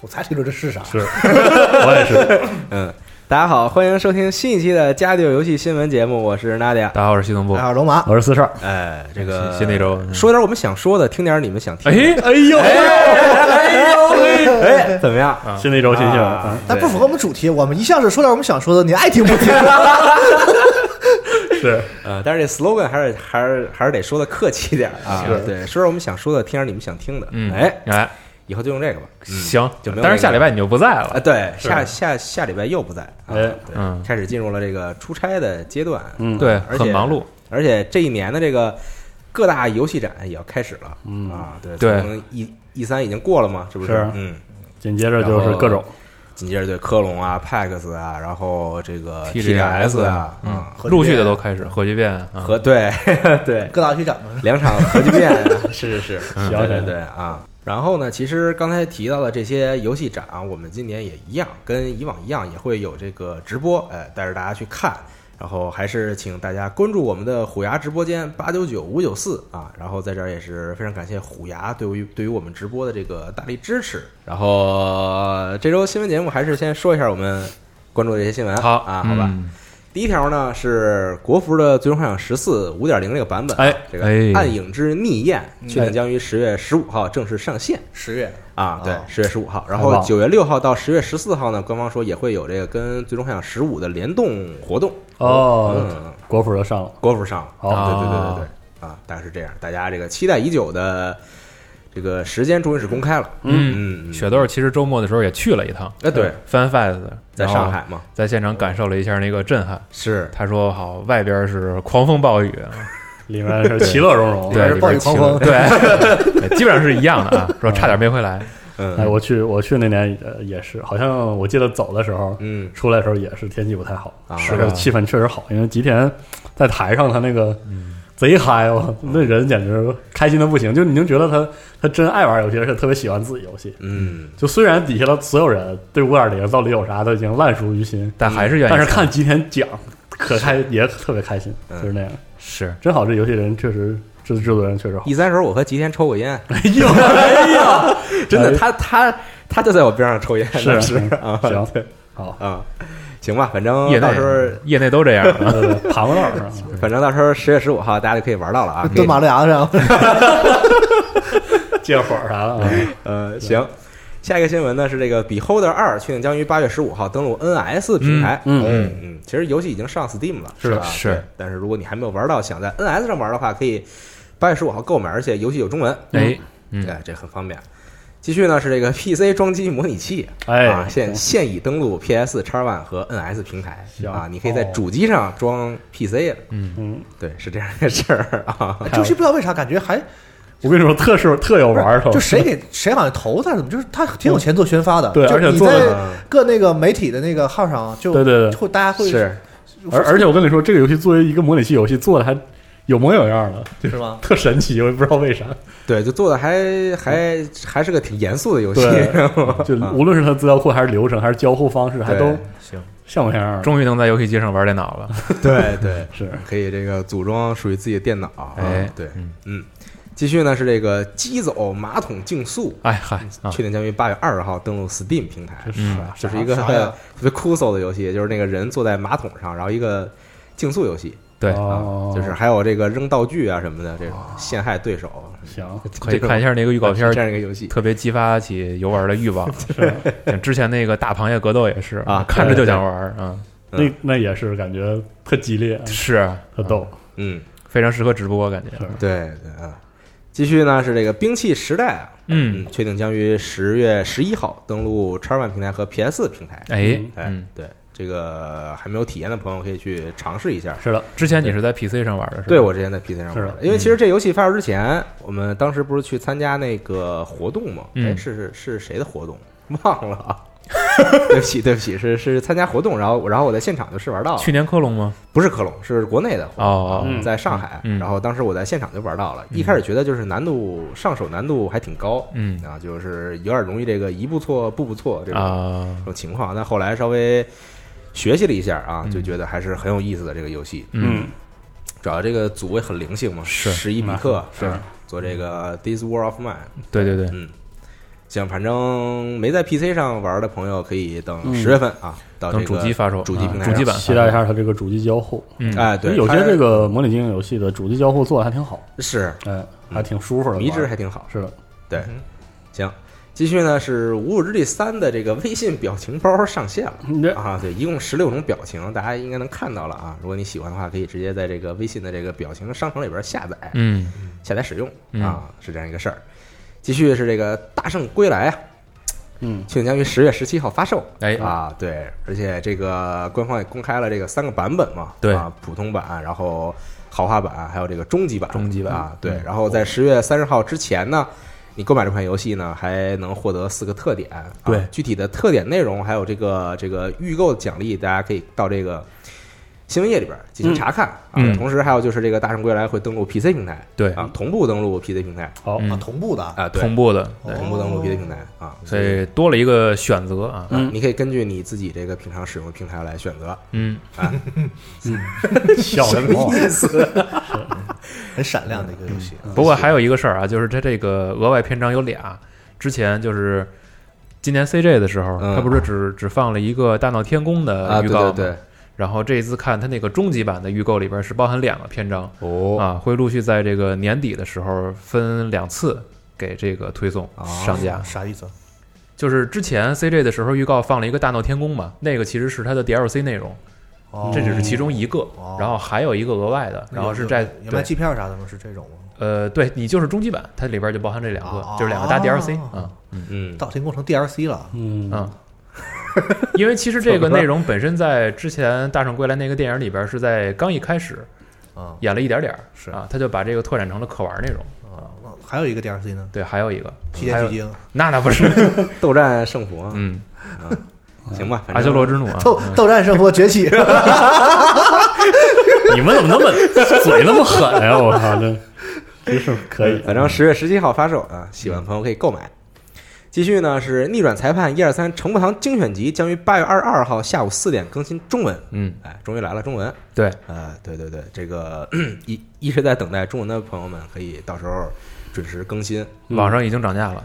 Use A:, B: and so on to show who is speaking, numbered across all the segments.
A: 我才谁知道这是啥？
B: 是我也是。
C: 嗯，大家好，欢迎收听新一期的《家里有游戏新闻》节目，我是娜迪亚。
B: 大家好，我是西东部
A: 大家。好，龙马。
D: 我是四少。
C: 哎，这个
B: 新的一周嗯
C: 说点我们想说的，听点你们想听。
B: 哎
C: 的。
B: 哎呦，
C: 哎，怎么样？
D: 新的一周新新闻，
C: 啊
A: 但不符合我们主题，我们一向是说点我们想说的，你爱听不听。
B: 是
C: 对呃，但是这 slogan 还是还是还是得说的客气点啊。
B: 是
C: 对，说点我们想说的，听点你们想听的。
B: 嗯，
C: 哎，
B: 哎，嗯
C: 以后就用这个吧。
B: 行
C: 就没有，
B: 但是下礼拜你就不在
C: 啊，
B: 了。
C: 对，下下下礼拜又不在啊，
D: 哎
C: 对
B: 嗯，
C: 开始进入了这个出差的阶段。
D: 嗯，
B: 对，
C: 而
B: 很
C: 且
B: 忙碌。
C: 而且这一年的这个各大游戏展也要开始了，
D: 嗯
C: 啊，对
B: 对
C: 从 E E 三已经过了嘛，是不
D: 是
C: 嗯，
D: 紧接着就是各种
C: 紧接着对科隆啊、PAX 啊，然后这个
B: TGS
C: 啊，
B: 嗯
C: 啊，
A: 核聚
B: 陆续
A: 变
B: 的都开始核聚变啊，
C: 核对对
A: 啊 各大区长嘛，
C: 两场核聚变， 是是是，
B: 嗯
D: 行
C: 啊对对
D: 行
C: 对啊。然后呢，其实刚才提到的这些游戏展啊，我们今年也一样，跟以往一样，也会有这个直播，呃，带着大家去看。然后还是请大家关注我们的虎牙直播间八九九五九四啊，然后在这儿也是非常感谢虎牙对于对于我们直播的这个大力支持。然后呃这周新闻节目还是先说一下我们关注的这些新闻，
B: 好
C: 啊，好吧。
B: 嗯
C: 第一条呢是国服的《最终幻想十四五点零》这个版本啊，
B: 哎
C: 这个
B: 哎
C: 《暗影之逆焰》确定将于十月十五号正式上线
A: 十月
C: 啊，对
A: 哦，
C: 十月十五号。然
D: 太
C: 后
D: 棒
C: 九月六号到十月十四号呢，官方说也会有这个跟《最终幻想十五》的联动活动，
D: 哦，啊
C: 嗯，
D: 国服就上了，
C: 国服上了，
D: 好
C: 对对对对对啊，大概是这样。大家这个期待已久的这个时间终于是公开了，嗯嗯，
B: 哎雪豆其实周末的时候也去了一趟，
C: 哎对
B: ，Fan Fest
C: 在
B: 然后
C: 上海嘛，
B: 在现场感受了一下那个震撼。
C: 是
B: 他说：“好，外边是狂风暴雨，
D: 里面是其乐融融。
B: 对，
A: 是
B: 里边
A: 暴雨
B: 晴
A: 狂风
B: 对，对基本上是一样的啊。说差点没回来，
D: 哎，
C: 嗯
D: 我去我去那年呃也是，好像我记得走的时候，
C: 嗯
D: 出来的时候也是天气不太好，
C: 啊
D: 但是气氛确实好，因为吉田在台上他那个
C: 嗯
D: 贼嗨，我那人简直开心的不行，就你能觉得他他真爱玩游戏，而且特别喜欢自己游戏。
C: 嗯，
D: 就虽然底下的所有人对五点零到底有啥都已经烂熟于心，
B: 但还是愿意。
D: 但是看吉田讲，可开也特别开心，
C: 嗯
D: 就是那样。
B: 是
D: 真好，这游戏人确实，这制作人确实好。
C: 一三时候我和吉田抽过烟。
D: 哎呦，哎呀，
C: 真的，
D: 哎
C: 他他他就在我边上抽烟，
D: 是
C: 是啊，
D: 行，好，
C: 啊，行吧，反正
B: 业
C: 到
B: 内
C: 时候，
B: 业内都这样啊。
D: 呃盘过道儿是吧？
C: 反正到时候十月十五号大家就可以玩到了啊，可以
A: 蹲马路牙子上，
D: 借火啥的啊，
C: 呃，行。下一个新闻呢是这个《Beholder 二》确定将于八月十五号登陆 NS 平台。
D: 嗯
C: 嗯嗯，其实游戏已经上 Steam 了，
D: 是
C: 吧？
B: 是
C: 对但是如果你还没有玩到，想在 NS 上玩的话，可以八月十五号购买，而且游戏有中文。
B: 哎，嗯
C: 对，这很方便。继续呢是这个 PC 装机模拟器，
D: 哎
C: 啊，现现已登陆 PS、X One 和 NS 平台
D: 行
C: 啊，你可以在
D: 哦
C: 主机上装 PC 了。
D: 嗯，
C: 对，是这样的事儿啊。
A: 这游戏不知道为啥感觉还
D: 我跟你说，特是特有玩儿头，
A: 就谁给谁好像投他怎么，就是他挺有钱做宣发的，
D: 嗯对
A: 就
D: 而且
A: 你
D: 做
A: 在
D: 得
A: 各那个媒体的那个号上就
D: 对对对
A: 会大家会
C: 是，
D: 而而且我跟你说，这个游戏作为一个模拟器游戏，做的还有模有样的，就是
A: 吗
D: 特神奇，我也不知道为啥。
C: 对，就做的还还还是个挺严肃的游戏。
D: 对，就无论是它资料库还是流程还是交互方式，还都
C: 啊对
B: 行，
D: 像模像样的。
B: 终于能在游戏机上玩电脑了。
C: 对对，
D: 是
C: 可以这个组装属于自己的电脑啊。
B: 哎
C: 对，
B: 嗯
C: 嗯。继续呢是这个机走马桶竞速，
B: 哎嗨啊，
C: 确定将于八月二十号登陆 Steam 平台。
D: 这
B: 嗯
D: 是啊
C: 这是
D: 啥
C: 一个
A: 啥
C: 特
A: 呀
C: 别酷搜的游戏，就是那个人坐在马桶上，然后一个竞速游戏
B: 对，
D: 哦
C: 啊，就是还有这个扔道具啊什么的，这种陷害对手，
D: 行，
B: 可以哦看一下那个预
C: 预
B: 告片
C: 这，样一个游戏。
B: 特别激发起游玩的欲望。像之前那个大螃蟹格斗也是
C: 啊
B: 看着就想玩儿啊，
C: 嗯
D: 那那也是感觉特激烈，
B: 是
D: 特逗，
C: 嗯，
B: 非常适合直播感觉。
D: 是
C: 对对啊。继续呢是这个兵器时代啊，
B: 嗯，
C: 确定将于十月十一号登陆 X One 平台和 PS 平台。
B: 哎，
C: 哎，
B: 嗯，
C: 对，这个还没有体验的朋友可以去尝试一下。
D: 是的，
B: 嗯之前你是在 PC 上玩的是吧？嗯
C: 对，我之前在 PC 上玩
D: 是
C: 的
D: 的，
C: 因为其实这游戏发售之前，我们当时不是去参加那个活动吗？
B: 嗯
C: 哎，是是是谁的活动？ 忘了 啊。对不起，对不起，是是参加活动，然后然后我在现场就试玩到了，
B: 去年克隆吗？
C: 不是克隆，是国内的活动，
B: 哦
D: 嗯
C: 在上海，
B: 嗯
C: 然后当时我在现场就玩到了，一开始觉得就是难度上手难度还挺高，
B: 嗯
C: 啊，就是有点容易这个一步错步步错这种、
B: 啊
C: 这，种情况，但后来稍微学习了一下啊，
B: 嗯
C: 就觉得还是很有意思的这个游戏，
B: 嗯，
C: 主要这个组位很灵性嘛，
B: 是
C: 十一比克
D: 是
C: 啊做这个 This War of Mine，
B: 对对对，
C: 嗯，行，反正没在 PC 上玩的朋友可以等
D: 嗯
C: 十月份啊，到这
B: 等
C: 个
B: 主机发售，嗯
C: 主机平台
B: 主
C: 上
B: 机版，
D: 期待一下它这个主机交互。
B: 嗯，
C: 哎，嗯对，
D: 有
C: 它
D: 些这个模拟经营游戏的主机交互做的还挺好，
C: 是
D: 哎，还挺舒服的玩，
C: 迷之还挺好，
D: 是的，
C: 对，行。继续呢是《无主之地三》的这个微信表情包上线了
D: 你这
C: 啊，对，一共十六种表情，大家应该能看到了啊。如果你喜欢的话，可以直接在这个微信的这个表情商城里边下载。
B: 嗯，
C: 下载使用
B: 嗯
C: 啊，是这样一个事儿。继续是这个《大圣归来》啊，
D: 嗯，
C: 确定将于十月十七号发售。
B: 哎
C: 啊，对，而且这个官方也公开了这个三个版本嘛，
B: 对
C: 啊，普通版，然后豪华版，还有这个终极版，
B: 终极版
C: 啊，对
B: 嗯。
C: 然后在十月三十号之前呢，你购买这款游戏呢，还能获得四个特点。啊
B: 对
C: 具体的特点内容还有这个这个预购奖励，大家可以到这个。新闻页里边进行查看、
B: 嗯
C: 啊，同时还有就是这个《大圣归来》会登陆 PC 平台，
B: 对，
C: 啊，同步登录 PC 平台
D: 好，
B: 嗯
A: 啊，同步的啊，
C: 啊，对，
B: 同步的，
A: 哦
C: 同步登录 PC 平台啊，
B: 所以多了一个选择啊，
C: 啊你可以根据你自己这个平常使用的平台来选择。
B: 嗯，
D: 小人物
A: 很闪亮的一个游戏。
C: 嗯
B: 不过还有一个事儿啊，就是它这个额外篇章有俩，之前就是今年 CJ 的时候，
C: 嗯
B: 它不是只只放了一个大闹天宫
C: 啊，
B: 的预
C: 对
B: 告
C: 对
B: 吗？
C: 对，
B: 然后这一次看它那个终极版的预购里边是包含两个篇章
C: 哦，
B: 啊，会陆续在这个年底的时候分两次给这个推送
C: 哦
B: 上架。
A: 啥意思？
B: 就是之前 CJ 的时候预告放了一个大闹天宫嘛，那个其实是它的 DLC 内容，
A: 哦
B: 这只是其中一个
A: 哦，
B: 然后还有一个额外的，然后是在
A: 有卖
B: 对
A: 机票啥的吗？是这种吗？
B: 呃，对你就是终极版，它里边就包含这两个，
A: 哦
B: 就是两个大 DLC 啊、
A: 哦
C: 嗯，
A: 到天工程 DLC 了，
D: 嗯
B: 嗯，因为其实 这个内容本身在之前《大圣归来》那个电影里边是在刚一开始
A: 啊
B: 演了一点点儿，
A: 是
B: 啊，他就把这个拓展成了可玩内容。
A: 啊，那还有一个 DLC 呢，
B: 对，还有一个
A: 披
B: 嗯还
A: 剑
B: 有
A: 巨鲸，
B: 那那不 是，
C: 斗战胜佛啊，
B: 嗯，
C: 行吧，反
B: 阿修
C: 正
B: 罗之怒嗯 啊，
A: 斗斗战胜佛崛起，
D: 你们怎么那 么嘴那么狠呀？我 操，这真是可以，
C: 反正十月十七号发售啊，喜欢的朋友可以购买。继续呢是《逆转裁判一二三成步堂精选集》将于八月二十二号下午四点更新中文。
B: 嗯，
C: 哎，终于来了中文。
B: 对，
C: 呃，对对对，这个 一一直在等待中文的朋友们，可以到时候准时更新。
D: 嗯
B: 网上已经涨价了，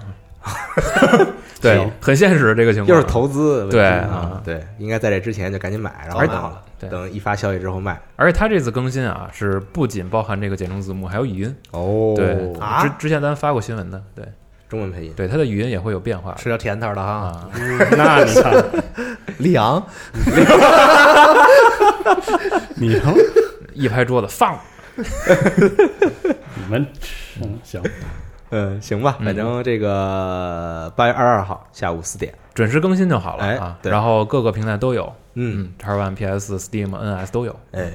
B: 对
D: 行，
B: 很现实这个情
C: 又
B: 况，
C: 是投资问题，
B: 对
C: 啊
B: 啊，
C: 对，应该在这之前就赶紧买，然后
B: 而
C: 等好
B: 对
C: 等一发消息之后卖。
B: 而且它这次更新啊是不仅包含这个简中字幕，还有语音，
C: 哦
B: 对，
A: 啊
B: 之之前咱发过新闻的，对
C: 中文配音，
B: 对，它的语音也会有变化
A: 吃着甜头了哈。
B: 啊，
D: 那你看，
A: 李昂，
D: 你他妈
B: 一拍桌子放，
D: 你们嗯行，
C: 嗯，行吧，反正这个八月二十二号下午四点，
B: 准时更新就好了
C: 哎
B: 啊。
C: 对
B: 然后各个平台都有，
C: 嗯，
B: x One、PS、Steam、NS 都有。
C: 哎，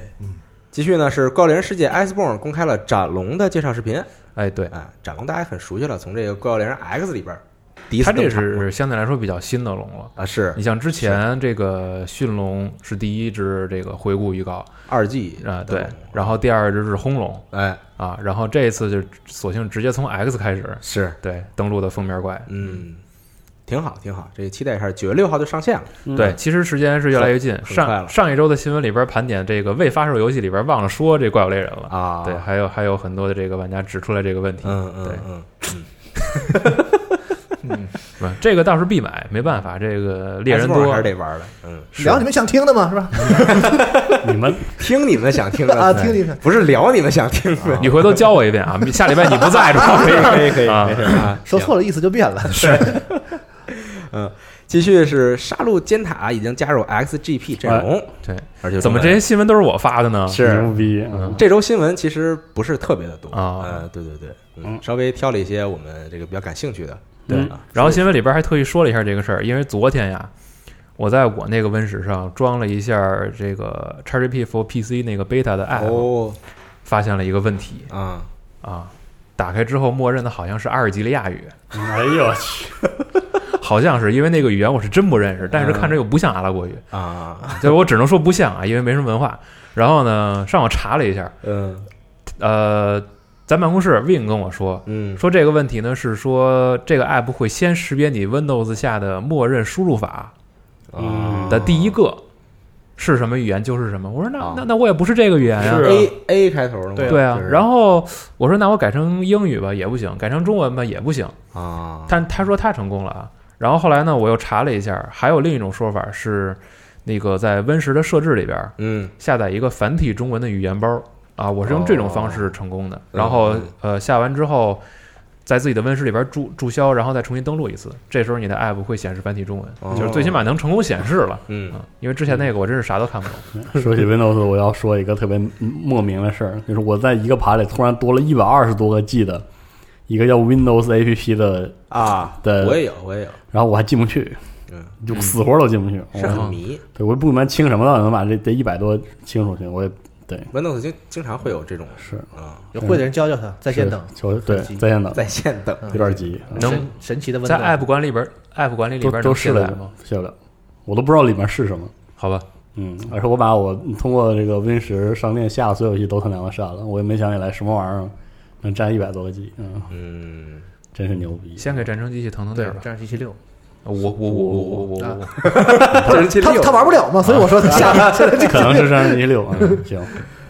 C: 继续呢是《高连世界 Iceborne》公开了斩龙的介绍视频，
B: 哎，对，
C: 啊，斩龙大家很熟悉了，从这个《高连 X》里边儿第一次
B: 它这
C: 登场
B: 是相对来说比较新的龙了。
C: 啊是
B: 你像之前这个驯龙是第一只这个回顾预告
C: 二 G
B: 啊，对，然后第二只是轰龙
C: 哎
B: 啊，然后这一次就索性直接从 X 开始，
C: 是
B: 对，登录的封面怪。
C: 嗯，挺好挺好，这期待一下，九月六号就上线了，
D: 嗯
B: 对，其实时间是越来越近。
C: 很快
B: 上
C: 了
B: 上一周的新闻里边盘点这个未发售游戏里边忘了说这怪物猎人了
C: 啊
B: 对，还有还有很多的这个玩家指出来这个问题。
C: 嗯嗯
B: 对
C: 嗯，
B: 不是，这个倒是必买，没办法，这个猎人
C: Iceborne
B: 多
C: 还是得玩的，嗯，
A: 聊你们想听的吗？是吧？
D: 你 们
C: 听你们想听的
A: 啊，
C: 对
A: 听你们
C: 不是聊你们想听 的，
B: 你回头教我一遍啊！下礼拜你不在，主要是
C: 可以可以
B: 啊
C: 没事啊，
A: 说错了意思就变了。是，
C: 嗯，继续是杀戮尖塔已经加入 XGP 阵容，
B: 对，
C: 而且
B: 哎怎么这些新闻都是我发的呢？
C: 是
D: 牛逼，嗯
C: 这周新闻其实不是特别的多
B: 啊
C: 呃，对对对，嗯，
D: 嗯
C: 稍微挑了一些我们这个比较感兴趣的对
D: 嗯
C: 啊。
B: 然后新闻里边还特意说了一下这个事儿，因为昨天呀，我在我那个 Win 十上装了一下这个 XGP for PC 那个 beta 的 app，、
C: 哦
B: 发现了一个问题
C: 啊，
B: 啊，打开之后默认的好像是阿尔及利亚语，
D: 哎呦我去，
B: 好像是因为那个语言我是真不认识，但是看着又不像阿拉伯语，
C: 啊，
B: 就是我只能说不像啊，因为没什么文化。然后呢，上网查了一下，
C: 嗯
B: 呃，咱办公室 Win 跟我说，
C: 嗯
B: 说这个问题呢是说这个 app 会先识别你 Windows 下的默认输入法
C: 啊
B: 的第一个是什么语言就是什么。我说那
C: 啊
B: 那那我也不是这个语言呀、
D: 是啊
C: A A 开头的吗？
B: 对啊
C: 就。是
B: 然后我说那我改成英语吧也不行，改成中文吧也不行。
C: 啊，
B: 但他说他成功了啊。然后后来呢，我又查了一下，还有另一种说法是，那个在 Win 十的设置里边
C: 嗯
B: 下载一个繁体中文的语言包啊，我是用这种方式成功
C: 哦
B: 的。然后
C: 嗯
B: 呃，下完之后，在自己的 Win 十里边注注销，然后再重新登录一次，这时候你的 App 会显示繁体中文，
C: 哦
B: 就是最起码能成功显示了。
C: 嗯
B: 啊，因为之前那个我真是啥都看不懂。
D: 说起 Windows，我要说一个特别莫名的事儿，就是我在一个盘里突然多了一百二十多个 G 的一个叫 Windows APP 的，
C: 啊，
D: 对
C: 我也有，我也有，
D: 然后我还进不去，
C: 嗯，
D: 就死活都进不去。
C: 是
D: 我
B: 哦
C: 很迷。
D: 对，我不明白清什么到底能把这这一百多清出去，我也对
C: Windows 经经常会有这种
D: 是
C: 啊，
A: 有会的人教教他，在线等，
D: 是求对
A: 很急
D: 在线等，
C: 在线等
D: 有点急，啊
C: 嗯
B: 能
A: 神神奇的问
B: 在
A: 题。
B: App 管理里边，App 管理里
D: 都
B: 边
D: 都
B: 能
D: 试
B: 卸
D: 了
B: 载
D: 一
B: 吗？
D: 下，卸不了，我都不知道里面是什么。
B: 好吧，
D: 嗯，而且我把我通过这个 Win 十商店下的所有游戏都他娘的删了，我也没想起来什么玩意儿能占一百多个 G，嗯，
C: 嗯，
D: 真是牛 逼。
B: 先给战争机器腾腾地
A: 对
B: 儿，吧。
A: 战士机器六，
B: 我我我我我我我。
D: 啊
B: 嗯
A: 他他玩不了嘛，所以我说他 下面现在这
D: 可能是三十一 六，嗯，行，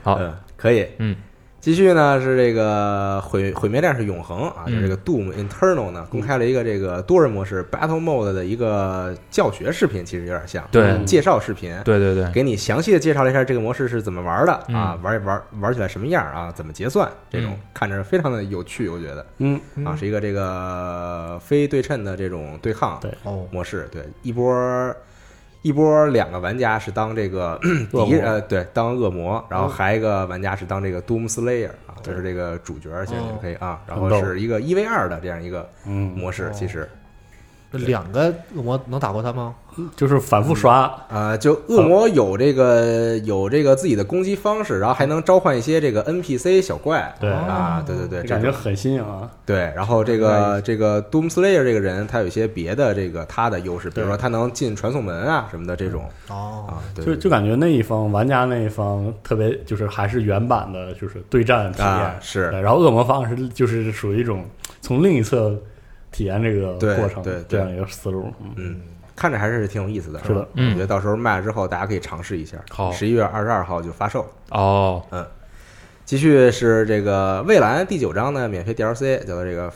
B: 好
C: 嗯，可以，
B: 嗯，
C: 继续呢是这个毁毁灭战士永恒啊，
B: 嗯
C: 就是这个 Doom Internal 呢公开了一个这个多人模式 Battle Mode 的一个教学视频，其实有点像
B: 对
C: 介绍视频，
B: 对对对，
C: 嗯给你详细的介绍了一下这个模式是怎么玩的啊
B: 嗯，
C: 玩玩玩起来什么样啊，怎么结算，这种
B: 嗯
C: 看着非常的有趣，我觉得
D: 嗯，
C: 啊是一个这个非对称的这种对抗
D: 对
A: 哦，
C: 模式，对一波。一波两个玩家是当这 个
D: 恶
C: 敌
D: 魔嗯
C: 人呃对当恶魔，然后还一个玩家是当这个 Doom Slayer 啊，就是这个主角，其实
D: 嗯
C: 你们可以啊，然
D: 奋
C: 后
D: 斗
C: 是一个一 v 二的这样一个
D: 嗯，
C: 模式
A: 哦，
C: 其实
A: 两个恶魔能打过他吗？
D: 就是反复刷，
C: 啊，就恶魔有这个有这个自己的攻击方式，然后还能召唤一些这个 NPC 小怪
D: 对，
C: 啊，对对对，这
D: 感觉
C: 种
D: 很新颖啊，
C: 对，然后这个这个 Doom Slayer 这个人，他有一些别的这个他的优势，比如说他能进传送门啊什么的这种
A: 哦，
C: 啊，对
D: 就
C: 对
D: 就感觉那一方玩家那一方特别就是还是原版的，就是对战体
C: 啊
D: 验，
C: 是
D: 对然后恶魔方式就是属于一种从另一侧体验这个
C: 对
D: 过程，
C: 对对
D: 这样一个思路，嗯
C: 嗯，看着还是挺有意思的。
D: 是的
C: 我觉得到时候卖了之后，大家可以尝试一下。
B: 好
C: 十一月二十二号就发售。
B: 哦，
C: 继续是这个《蔚蓝》第九章呢，免费 DLC 叫做这个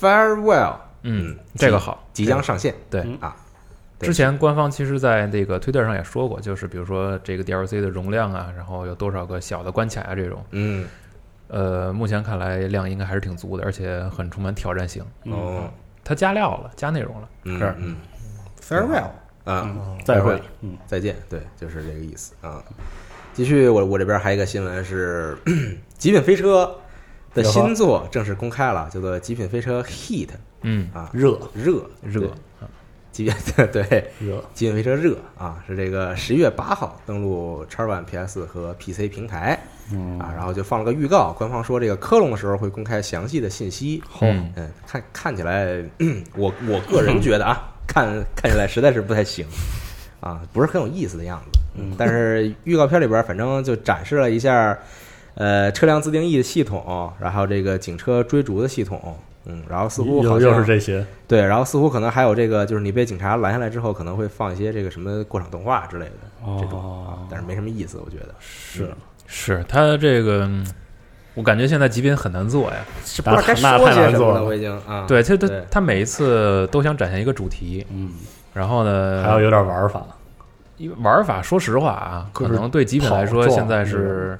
C: Farewell，
B: 嗯
C: 嗯，
B: 这个好。
C: 即将上线。
B: 对
D: 嗯
C: 啊，对
B: 之前官方其实，在那个推特上也说过，就是比如说这个 DLC 的容量啊，然后有多少个小的关卡啊这种，
C: 嗯，
B: 呃，目前看来量应该还是挺足的，而且很充满挑战性。
C: 哦，
B: 它加料了，加内容了。
C: 嗯
D: 是
C: 嗯
A: farewell，
C: 啊，
D: 再会，嗯，
C: 再见，对，就是这个意思啊。继续，我我这边还有一个新闻是， 《极品飞车》的
D: 有哈
C: 新作正式公开了，叫做《极品飞车 Heat
B: 嗯，》
C: 啊，
D: 热
C: 热
B: 热
C: 对，极品 对
D: 热，
C: 极品飞车热啊，是这个十一月八号登陆 X One PS 和 PC 平台
D: 嗯，
C: 啊，然后就放了个预告，官方说这个科隆的时候会公开详细的信息。
B: 嗯
C: 嗯，看看起来， 嗯我我个人觉得啊， 看看起来实在是不太行啊，不是很有意思的样子。嗯，但是预告片里边反正就展示了一下，呃，车辆自定义的系统，然后这个警车追逐的系统，嗯，然后似乎
D: 又
C: 好像
D: 又是这些，
C: 对，然后似乎可能还有这个，就是你被警察拦下来之后，可能会放一些这个什么过场动画之类的这种，
D: 哦
C: 但是没什么意思，我觉得。
D: 是，
B: 是它这个，嗯我感觉现在极品很难做呀。
C: 是
D: 不知道该说些什么了
C: 我已经啊，
B: 对，其实它
C: 对
B: 它每一次都想展现一个主题，
D: 嗯，
B: 然后呢，
D: 还要有点玩法，
B: 因为玩法，说实话啊，
D: 就
B: 可
D: 是
B: 能对极品来说，
D: 跑撞
B: 现在是，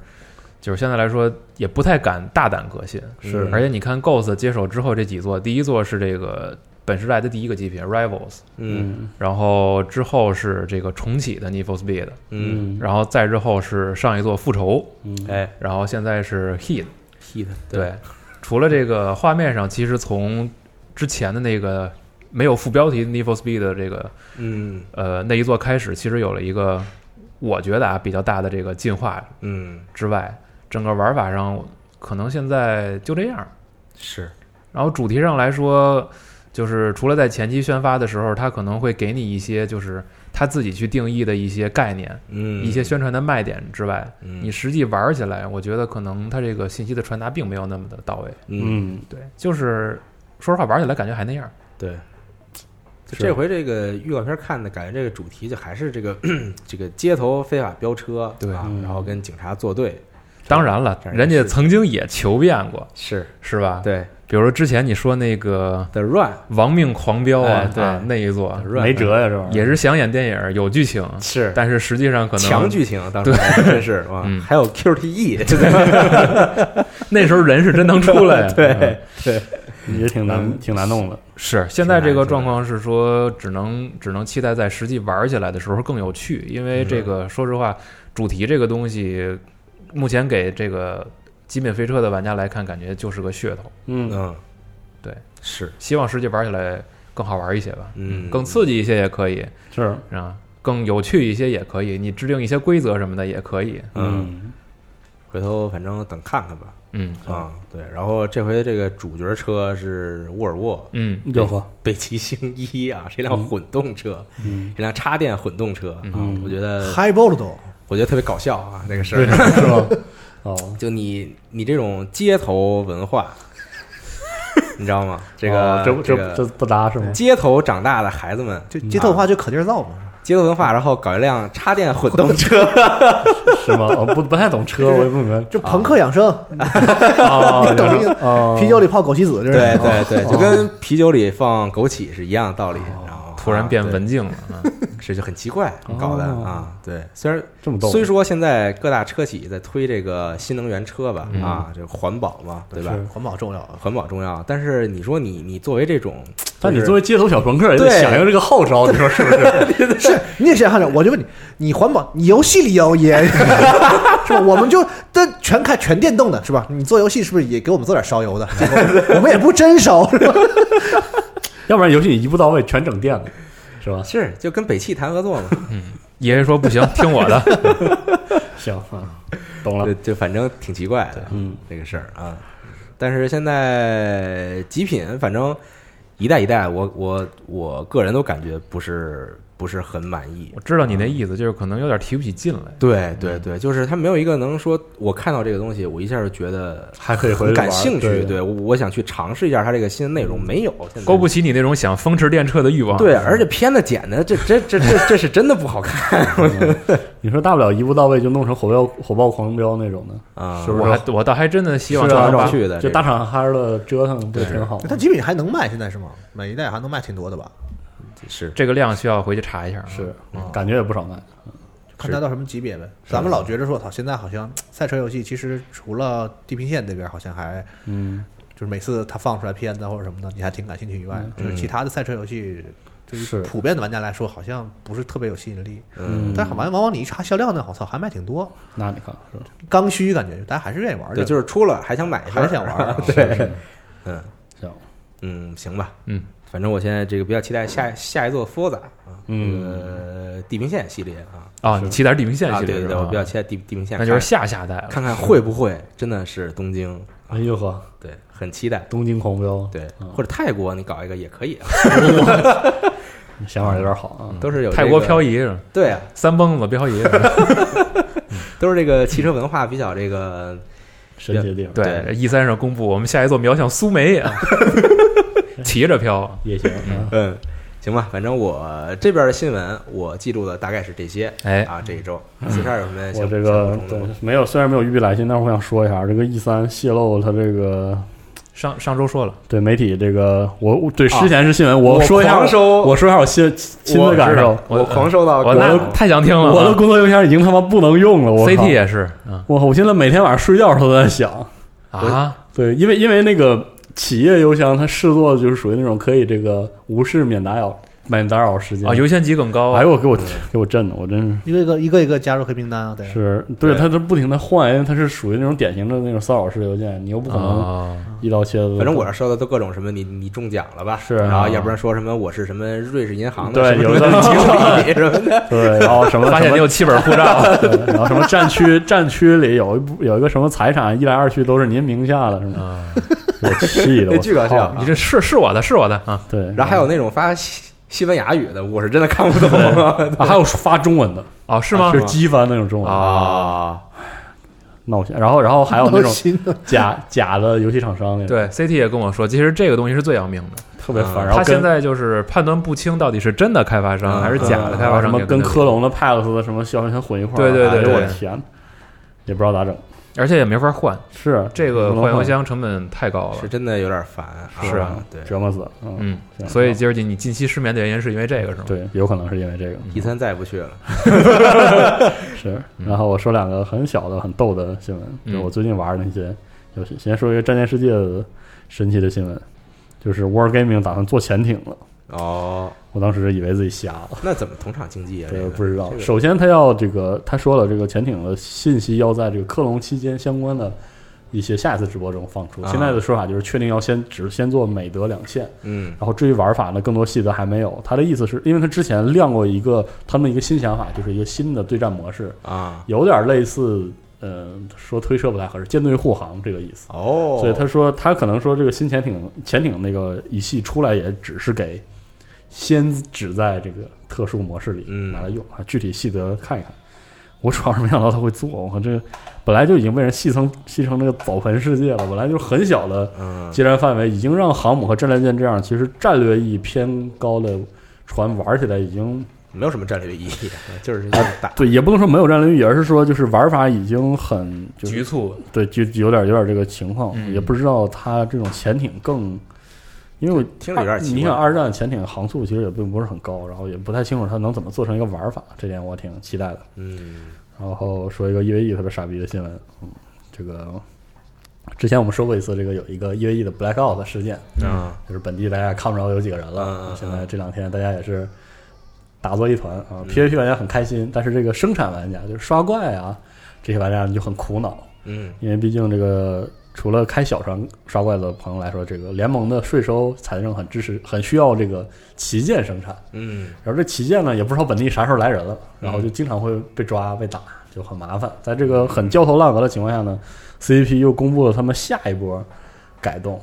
B: 就是现在来说也不太敢大胆革新。
D: 是
B: 而且你看 Ghost 接手之后这几座，第一座是这个本时代的第一个极品 Rivals，
C: 嗯
B: 然后之后是这个重启的 Need for Speed，
C: 嗯，
B: 然后再之后是上一座复仇，
D: 嗯，
C: 哎
B: 然后现在是 Heat。
C: ，hit
B: 对，除了这个画面上，其实从之前的那个没有副标题《Need for Speed》的这个
C: 嗯
B: 呃那一座开始，其实有了一个我觉得啊比较大的这个进化
C: 嗯，
B: 之外，整个玩法上可能现在就这样。
C: 是，
B: 然后主题上来说，就是除了在前期宣发的时候，它可能会给你一些就是他自己去定义的一些概念、
C: 嗯，
B: 一些宣传的卖点之外，
C: 嗯
B: 你实际玩起来，我觉得可能它这个信息的传达并没有那么的到位。
C: 嗯，
D: 嗯，
B: 对，就是说实话，玩起来感觉还那样。
C: 对。就是这回这个预告片看的感觉，这个主题就还是这个 这个街头非法飙车，
B: 对
C: 啊
D: 嗯，
C: 然后跟警察作对，
B: 当然了，
C: 这样也
B: 人家
C: 是
B: 曾经也求变过，
C: 是
B: 是吧？，
C: 啊对
B: 比如说之前你说那个
C: The Run，
B: 《亡命狂飙》啊
C: 哎，对
B: 啊那一座
C: The Run
D: 没辙呀，这玩意儿
B: 也是想演电影，有剧情，
C: 是
B: 但是实际上可能
C: 强剧情，当时 真是哇
B: 嗯，
C: 还有 E QTE，就在。
B: 那时候人是真 能出来 嗯
C: 对对，
D: 也挺难，挺难弄的。
B: 是，现在这个状况是说，只能只能期待在实际玩起来的时候更有趣，因为这
C: 嗯
B: 个说实话，主题这个东西，目前给这个极品飞车的玩家来看，感觉就是个噱头，
D: 嗯，
C: 嗯，
B: 对，
C: 是，
B: 希望实际玩起来更好玩一些吧，
C: 嗯
B: 更刺激一些也可以
D: 是，
B: 啊，更有趣一些也可以，你制定一些规则什么的也可以，
C: 嗯，
D: 嗯，
C: 回头反正等看看吧，
B: 嗯
C: 啊，对，然后这回这个主角车是沃尔沃
B: 嗯
D: 有呵，
C: 北极星一啊，是一辆混动车，
D: 嗯，
C: 一辆插电混动车啊
D: 嗯，
C: 我觉得
A: h y b r i d
C: 我觉得特别搞笑啊，那个事
D: 对，
C: 儿，
D: 是吧？哦，
C: 就你你这种街头文化，你知道吗？这个
D: 哦这不这
C: 这个
D: 这不搭 是吗？
C: 街头长大的孩子们，
A: 就街头文化就可劲儿造嘛。
C: 街头文化，然后搞一辆插电混动车，
D: 是吗？我哦不不太懂车，我也不明白。
A: 就朋克养生，
D: 哦，
A: 你懂那
D: 哦
A: 个啤酒里泡枸杞子，就是
C: 对对对，就跟啤酒里放枸杞是一样的道理。然后
B: 突然变文
C: 啊，
B: 静了啊，
C: 对是就很奇怪
D: 哦
C: 搞的啊。对，虽然
D: 这么逗，
C: 虽说现在各大车企在推这个新能源车吧
B: 嗯，
C: 啊，这环保嘛，对吧？
D: 是
A: 环保重要啊。
C: 环保重要，但是你说你你作为这种，
D: 但你
C: 就是
D: 作为街头小朋克，也得
C: 对
D: 响应这个号召，你说是不是？
A: 是，你也想想，我就问你，你环保，你游戏里有也是吧？我们就但全开全电动的是吧？你做游戏是不是也给我们做点烧油的？ 我们也不真烧，是吧？
D: 要不然游戏你一步到位全整电了，是吧？
C: 是就跟北汽谈合作嘛，
B: 爷爷说不行，听我的，
D: 行 啊，懂了
C: 就。就反正挺奇怪的
D: 嗯，
C: 这个事儿啊。但是现在极品，反正一代一代，我我我个人都感觉不是不是很满意
B: 我。知道你那意思，就是可能有点提不起劲来，
C: 对
D: 嗯
C: 对对，就是他没有一个能说，我看到这个东西，我一下就觉得
D: 还可以回去
C: 很感
D: 玩
C: 兴趣，
D: 对
C: 对我我想去尝试一下它这个新的内容，没有现在
B: 嗯勾不起啊你那种想风驰电掣的欲望。
C: 嗯对，而且片子剪的这这这这这是真的不好 看
D: 你说大不了一步到位就弄成火爆火爆狂飙那种的，
C: 啊！
D: 是不
B: 我
D: 是
B: 还我倒还真的希望
D: 是
B: 他
D: 啊
C: 撞来
B: 能把
C: 撞去的，
D: 就
C: 这
D: 大
C: 个
D: 敞哈了折腾，不是挺好吗？
A: 它极品还能卖，现在是吗？每一代还能卖挺多的吧？
C: 是
B: 这个量需要回去查一下。嗯
D: 是，
C: 啊
D: 感觉也不少卖。
A: 看它到什么级别呗。咱们老觉着说，操，现在好像赛车游戏其实除了地平线那边，好像还
D: 嗯，
A: 就是每次它放出来片子或者什么的，你还挺感兴趣以外，
C: 嗯
A: 就是其他的赛车游戏，就是是普遍的玩家来说，好像不是特别有吸引力。
C: 嗯，
A: 但是好像往往你一查销量呢，我操，还卖挺多，
D: 那你看是吧？
A: 刚需感觉，大家还是愿意玩
C: 对，
A: 的，
C: 就是出了还想买一份
A: 还
C: 儿，
A: 是想
B: 啊
A: 玩儿。
C: 对，嗯
D: 行，
C: 嗯，行吧，
B: 嗯，
C: 反正我现在这个比较期待下下一座 Forza 啊，
D: 嗯
C: 呃，地平线系列啊，
B: 啊，你骑点地平线
C: 啊，
B: 系
C: 对
B: 列
C: 对
B: 是
C: 对，
B: 吧
C: 我比较期待地地平线，
B: 那就是下下代了。
C: 看看看会不会真的是东京，
D: 哎呦呵，
C: 对，很期待，
D: 东京狂飙，
C: 对，
D: 嗯
C: 或者泰国你搞一个也可以啊，
D: 想法有点好啊。
C: 都是有
B: 泰国漂
C: 移，
B: 移是吧
C: 对啊，
B: 三蹦 子漂移，
C: 都是这个汽车文化比较这个
D: 神奇的地方，
B: 对，E 三上公布我们下一座瞄向苏梅 啊，骑着飘。
D: 也行啊。
C: 嗯，行吧，反正我这边的新闻我记住的大概是这些。
B: 哎
C: 啊，这一周四十二有什么
D: 嗯
C: 想
D: 我这个
C: 想补充
D: 对
C: 的吗
D: 没有，虽然没有预备来信，但是我想说一下，这个 E 三泄露它这个
B: 上上周说了，
D: 对媒体这个，我我对
C: 啊
D: 之前是新闻，
C: 我
D: 说一下，
C: 狂收
D: 我说一下我亲亲
C: 我
D: 自
C: 知
D: 感受
B: 道，我
C: 我狂收到
B: 我
C: 各
B: 那
C: 种
B: 太想听了啊，
D: 我的工作邮箱已经他妈不能用了，我靠
B: CT 也是，嗯
D: 我我现在每天晚上睡觉的时候都在想，
B: 啊，
D: 对，因为因为那个企业邮箱它视作就是属于那种可以这个无视免打扰没打扰时间
B: 啊，优先级更高啊
D: 哎。呦，给我给我震的，我真
A: 一个一个一个一个加入黑名单啊，对
D: 是，是，对
B: 对
D: 他都不停的换，因为他是属于那种典型的那种骚扰式邮件，你又不可能
B: 啊，
D: 一刀切的。
C: 反正我这收的都各种什么你你中奖了吧，
D: 是
C: 然
D: 啊
C: 后要不然说什么我是什么瑞士银行的
D: 对
C: 什么
D: 有
C: 什
D: 的
C: 么经理什么的，
D: 对，然后什 么
B: 发现你有七本护 照，
D: 什么对然后什么战区战区里有一部有一个什么财产，一来二去都是您名下的，什么
B: 啊
D: 给我气 的，我
C: 巨搞笑
D: 操。
B: 你这是是我的，是我的啊，
D: 对，
C: 然后还有那种发 西西班牙语的，我是真的看不懂
D: 啊还有发中文的，啊
B: 哦，是吗
D: 是？机翻那种中文
B: 啊，
D: 闹心。然后然后还有那种
A: 新的
D: 假假的游戏厂商那种，
B: 对，CT 也跟我说，其实这个东西是最要命的。
D: 特别烦。
C: 嗯
D: 然后
B: 他
D: 跟
B: 现在就是判断不清到底是真的开发商
C: 嗯
B: 还是假的开
D: 然后
B: 发
D: 什
B: 商
D: 么
B: 给的
D: 跟
B: 那个
D: 科隆的 PAX 的什么消防全混一块儿，
B: 对对对
D: 哎呦我
B: 对
D: 天，也不知道咋整。
B: 而且也没法换，
D: 是
B: 这
D: 不
B: 个
D: 能
B: 换邮
D: 嗯换
B: 箱成本太高了
C: 是。真的有点烦啊。
B: 是啊
C: 对。
D: 折磨死了。嗯，
B: 嗯，
D: 行
B: 所以今儿你近期失眠的原因是因为这个是吗？
D: 对，有可能是因为这个。
C: 一三再也不去了，
D: 是，
B: 嗯
D: 然后我说两个很小的、很逗的新闻，就是
B: 嗯
D: 我最近玩的那些游戏。先说一个《战舰世界》的神奇的新闻，就是 Wargaming 打算做潜艇了。
C: 哦，
D: 我当时以为自己瞎了，
C: 那怎么同场竞技啊？
D: 这
C: 这
D: 个
C: 个
D: 不知道
C: 这。个
D: 首先，他要这个，他说了，这个潜艇的信息要在这个克隆期间相关的一些下一次直播中放出。
C: 啊
D: 现在的说法就是确定要先只先做美德两线，
C: 嗯
D: 然后至于玩法呢，更多细则还没有。他的意思是因为他之前亮过一个他们一个新想法，就是一个新的对战模式，
C: 啊，
D: 有点类似，呃，说推车不太合适，舰队护航这个意思。
C: 哦，
D: 所以他说，他可能说这个新潜艇潜艇那个一系出来也只是给先只在这个特殊模式里
C: 嗯
D: 拿来用啊，具体细则看一看。我主要是没想到他会做，我靠，这个本来就已经被人戏称戏称这个澡盆世界了，本来就是很小的
C: 嗯
D: 接战范围已经让航母和战列舰这样其实战略意义偏高的船玩起来已经
C: 没有什么战略意义， 就是
D: 啊
C: 打
D: 对，也不能说没有战略意义，而是说就是玩法已经很就是
B: 局促，
D: 对，就就有点有点这个情况，
B: 嗯
D: 也不知道它这种潜艇更，因为我
C: 听着有点奇怪
D: 你想二战潜艇航速其实也并不是很高，然后也不太清楚它能怎么做成一个玩法，这点我挺期待的。
C: 嗯
D: 然后说一个 EVE 特别傻逼的新闻，嗯，这个之前我们说过一次，这个有一个 EVE 的 blackout 事件，
C: 啊
D: 就是本地大家也看不着有几个人
C: 嗯嗯
D: 了。
C: 嗯嗯
D: 现在这两天大家也是打作一团啊，PVP 玩家很开心，但是这个生产玩家就是刷怪啊这些玩家就很苦恼。
C: 嗯
D: 因为毕竟这个除了开小船刷怪的朋友来说，这个联盟的税收财政很支持，很需要这个旗舰生产。
C: 嗯
D: 然后这旗舰呢，也不知道本地啥时候来人了，然后就经常会被抓被打，就很麻烦。在这个很焦头烂额的情况下呢，CCP 又公布了他们下一波改动。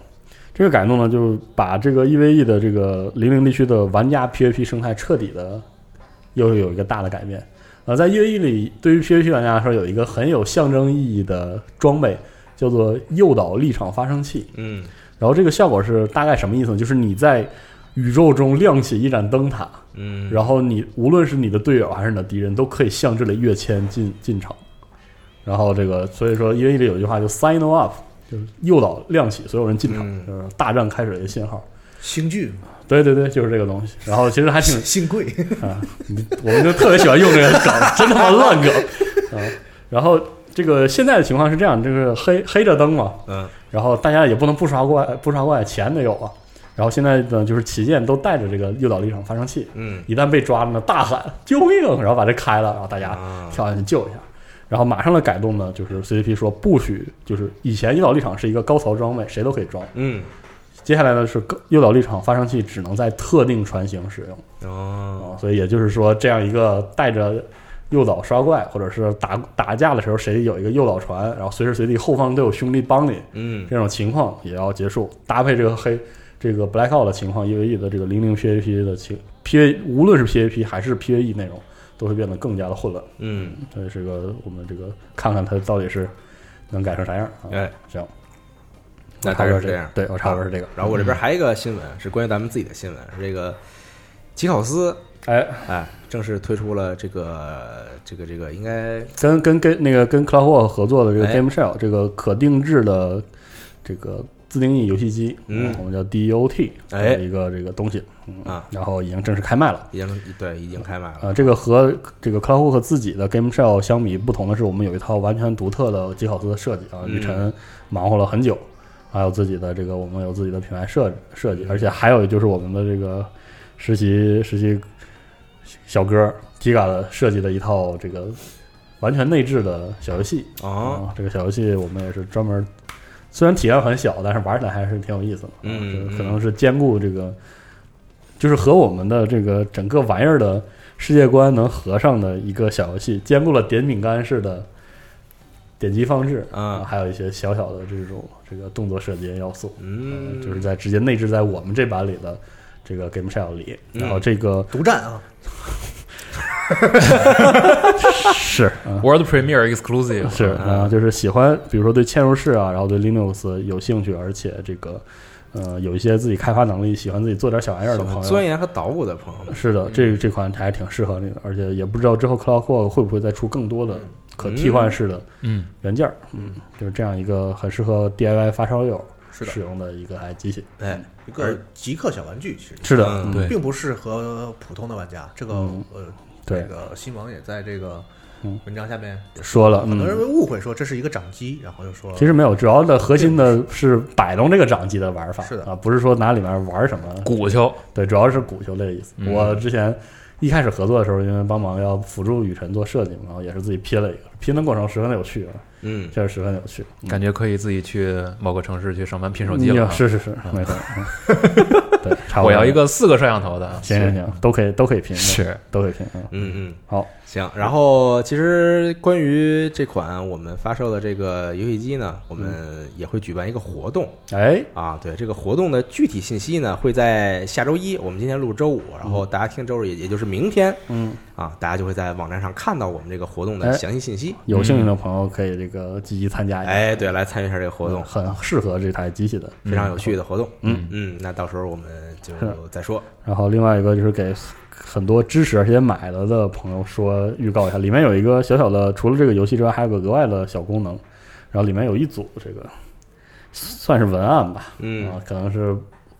D: 这个改动呢，就把这个 EVE 的这个零零地区的玩家 PVP 生态彻底的又有一个大的改变。呃，在 EVE 里，对于 PVP 玩家来说，有一个很有象征意义的装备，叫做诱导立场发生器。
C: 嗯
D: 然后这个效果是大概什么意思呢？就是你在宇宙中亮起一盏灯塔，
C: 嗯，
D: 然后你无论是你的队友还是你的敌人，都可以向这里跃迁进进场。然后这个，所以说，因为这有句话就 “sign up”，就是诱导亮起所有人进场，
C: 嗯
D: 就是大战开始的信号。
A: 星剧
D: 对对对，就是这个东西。然后其实还挺
A: 新贵，
D: 我们就特别喜欢用这个梗，真他妈烂梗啊！然后这个现在的情况是这样，就是黑黑着灯嘛，
C: 嗯，
D: 然后大家也不能不刷怪，不刷怪钱得有啊。然后现在呢，就是旗舰都带着这个诱导立场发生器，
C: 嗯
D: 一旦被抓了呢，大喊救命，然后把这开了，然后大家
C: 啊
D: 跳下去救一下。然后马上的改动呢，就是 CCP 说不许，就是以前诱导立场是一个高槽装备，谁都可以装。
C: 嗯
D: 接下来呢是更诱导立场发生器只能在特定船型使用。
C: 哦
D: 啊，所以也就是说，这样一个带着诱导刷怪，或者是打打架的时候，谁有一个诱导船，然后随时随地后方都有兄弟帮你，
C: 嗯
D: 这种情况也要结束。搭配这个黑这个 blackout 的情况，EVE 的这个零零 PVP 的情 PV，无论是 PVP 还是 PVE 内容，都会变得更加的混乱。
C: 嗯
D: 所以这个我们这个看看它到底是能改成啥样啊？
C: 哎，
D: 行，
C: 那
D: 差
C: 大
D: 不
C: 概
D: 多
C: 是这样。
D: 对我差不多是这个。
C: 然后我这边还有一个新闻是关于咱们自己的新闻，是这个吉考斯
D: 哎，
C: 哎正式推出了这个这个这个应该
D: 跟跟跟那个跟克拉沃合作的这个
C: 哎
D: Game Shell、这个可定制的这个自定义游戏机，
C: 嗯
D: 我们叫 DOT，
C: 哎
D: 这么一个这个东西，嗯
C: 啊，
D: 然后已经正式开卖了。
C: 已经对已经开卖了
D: 呃，这个和这个克拉沃和自己的 Game Shell 相比，不同的是，我们有一套完全独特的吉考斯的设计啊，
C: 嗯
D: 雨辰忙活了很久，还有自己的这个我们有自己的品牌设设计，而且还有就是我们的这个实习实习小哥 Giga 的设计的一套这个完全内置的小游戏
C: 哦，
D: 嗯这个小游戏我们也是专门，虽然体量很小，但是玩起来还是挺有意思的。啊
C: 嗯
D: 就是可能是兼顾这个，就是和我们的这个整个玩意儿的世界观能合上的一个小游戏，兼顾了点饼干式的点击放置
C: 啊
D: 还有一些小小的这种这个动作设计要素，
C: 嗯，
D: 就是在直接内置在我们这版里的这个 Game Shell 里，
C: 嗯
D: 然后这个
A: 独占啊，
D: 是啊。
B: World Premiere Exclusive
D: 是
C: 啊
D: 啊，就是喜欢，比如说对嵌入式啊，然后对 Linux 有兴趣，而且这个呃有一些自己开发能力，喜欢自己做点小玩意儿的朋友，
C: 钻研和捣鼓的朋友们，
D: 是的，这这款还挺适合你的，而且也不知道之后 CloudQuark 会不会再出更多的可替换式的
B: 嗯，
D: 元件儿。嗯，就是这样一个很适合 DIY 发烧友
C: 是的
D: 使用的一个机器。
C: 哎，
A: 一个极客小玩具，其实
D: 是的，
C: 嗯
D: 嗯
B: 对
A: 并不适合普通的玩家。这个
D: 嗯
A: 呃，
D: 对
A: 这个新王也在这个
D: 嗯
A: 文章下面，
D: 说了，
A: 很多人
D: 嗯，
A: 会误会说这是一个掌机，然后又说
D: 其实没有，主要的核心的是摆弄这个掌机的玩法，
A: 是的
D: 啊，不是说拿里面玩什么，
B: 鼓球，
D: 对，主要是鼓球类的意思。
B: 嗯
D: 我之前一开始合作的时候，因为帮忙要辅助雨辰做设计嘛，然后也是自己拼了一个，拼的过程十分的有趣啊，
C: 嗯，
D: 确实十分有趣。嗯
B: 感觉可以自己去某个城市去上班拼手机
D: 嗯
B: 了。啊
D: 是是是，没错。嗯 对，差不多
B: 我要一个四个摄像头的，
D: 行行行，都可以都可以拼，
B: 是
D: 都可以拼。嗯，
C: 嗯嗯，
D: 好，
C: 行。然后其实关于这款我们发售的这个游戏机呢，我们也会举办一个活动
D: 哎，
C: 啊。对这个活动的具体信息呢，会在下周一，我们今天录周五，然后大家听周日也也就是明天
D: 嗯，
C: 啊，大家就会在网站上看到我们这个活动的
D: 哎
C: 详细信息。
D: 有兴
B: 嗯
D: 趣的朋友可以这个积极参加一下，
C: 哎，对，来参与一下这个活动
D: 嗯，很适合这台机器的。
C: 非常有趣的活动。
D: 嗯
C: 嗯，那到时候我们就是再说。
D: 然后另外一个就是给很多支持而且买了的朋友说预告一下，里面有一个小小的，除了这个游戏之外，还有个额外的小功能，然后里面有一组这个算是文案吧，
C: 嗯
D: 啊，可能是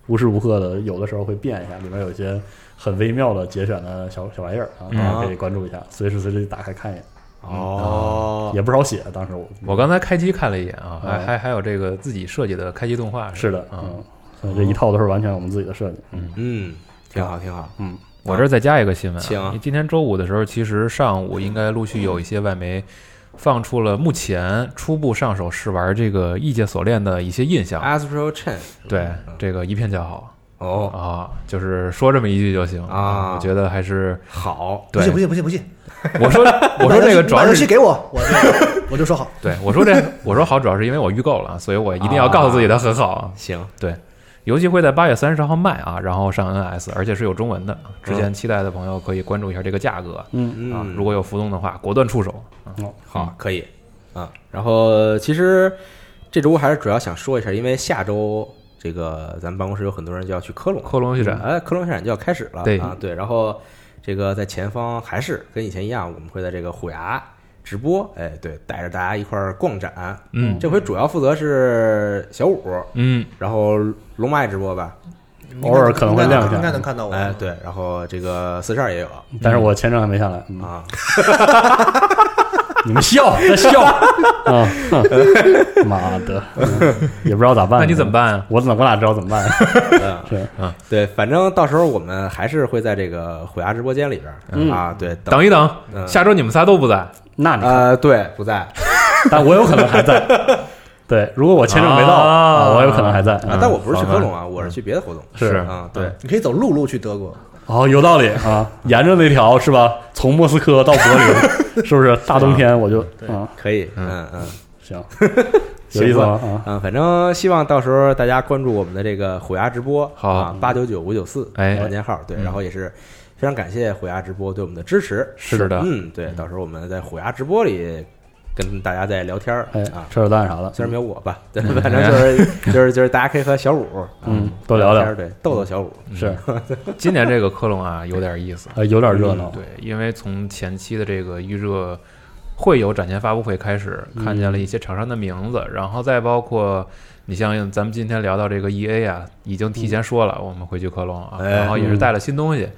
D: 无时无刻的，有的时候会变一下，里面有一些很微妙的节选的小小玩意儿啊，大家可以关注一下，随时随地打开看一眼，
C: 哦，
D: 也不少写。当时我
B: 我刚才开机看了一眼啊，还
D: 嗯
B: 还还有这个自己设计的开机动画
D: 是的，
B: 啊。
D: 嗯，所以这一套都是完全我们自己的设计，嗯
C: 嗯，挺好，挺好。
D: 嗯，
B: 我这儿再加一个新闻、啊，
C: 请
B: 因为今天周五的时候，其实上午应该陆续有一些外媒放出了目前初步上手试玩这个《异界锁链》的一些印象。
C: Astro Chain，
B: 对，
C: 嗯
B: 这个一片叫好
C: 哦，
B: 啊，就是说这么一句就行
C: 啊
B: 我觉得还 是
C: 好，
A: 不
B: 对
A: 信不信不信不信，
B: 我说我说这个主
A: 你把
B: 要
A: 游戏
B: 是
A: 给我，我就我就说好，
B: 对我说这我说好主要是因为我预购了，所以我一定要告诉自己它很好啊。
C: 行，
B: 对，游戏会在八月三十号卖啊，然后上 NS，而且是有中文
C: 嗯
B: 的。之前期待的朋友可以关注一下这个价格、啊，
C: 嗯哦
B: 如，果有浮动的话，果断出手。啊
C: 好，可以啊。然后其实这周还是主要想说一下，因为下周这个咱们办公室有很多人就要去科隆，
B: 科隆续展
C: 哎，科隆剧展就要开始了，
B: 对
C: 啊，对，然后这个在前方还是跟以前一样，我们会在这个虎牙直播，哎，对，带着大家一块儿逛展，
B: 嗯
C: 这回主要负责是小五，
B: 嗯，
C: 然后龙妈也直播吧，
D: 偶尔可能会亮一
A: 应该
D: 下，
A: 能看到我。
C: 哎，对，然后这个四十二也有
D: 嗯但是我签证还没下来，嗯
C: 啊，
D: 你们笑在笑啊，哼妈的，嗯也不知道咋办，
B: 那你怎么？办啊？
D: 我怎么我哪知道怎么办？
C: 嗯
D: 是
C: 对，反正到时候我们还是会在这个虎牙直播间里边儿、
D: 嗯
C: 啊，对，
B: 等一等，
C: 嗯
B: 下周你们仨都不在，
D: 那你，
C: 呃，对，不在啊，
D: 但我有可能还在。对，如果我签证没到，
B: 啊
D: 啊我有可能还在。
B: 嗯
C: 但我不是去
B: 好吧嗯
C: 科隆啊，我是去别的活动，
D: 是
C: 啊，对，
A: 你可以走陆路去德国，
D: 哦，有道理啊，沿着那条是吧？从莫斯科到柏林，是不是？大冬天我就啊，
C: 可以，嗯嗯
D: 行， 有意思吗？啊，
C: 嗯，反正希望到时候大家关注我们的这个虎牙直播，
B: 好
C: 啊，八九九五九四
B: 哎
C: 房间号，对，然后也是非常感谢虎牙直播对我们的支持，
B: 是的，
C: 嗯，对，到时候我们在虎牙直播里跟大家再聊天儿
D: 哎，
C: 啊，
D: 扯扯淡啥的，
C: 虽然没有我吧，对，反正就是就是就是大家可以和小五啊
D: 嗯，多聊
C: 天
D: 聊
C: 儿，对，逗逗小五，
D: 是
B: 今年这个科隆啊有点意思，
D: 呃有点热闹，
B: 对，因为从前期的这个预热会有展前发布会开始，看见了一些厂商的名字，然后再包括你像咱们今天聊到这个 E A 啊，已经提前说了、我们会去科隆啊，
C: 哎
B: 然后也是带了新东西。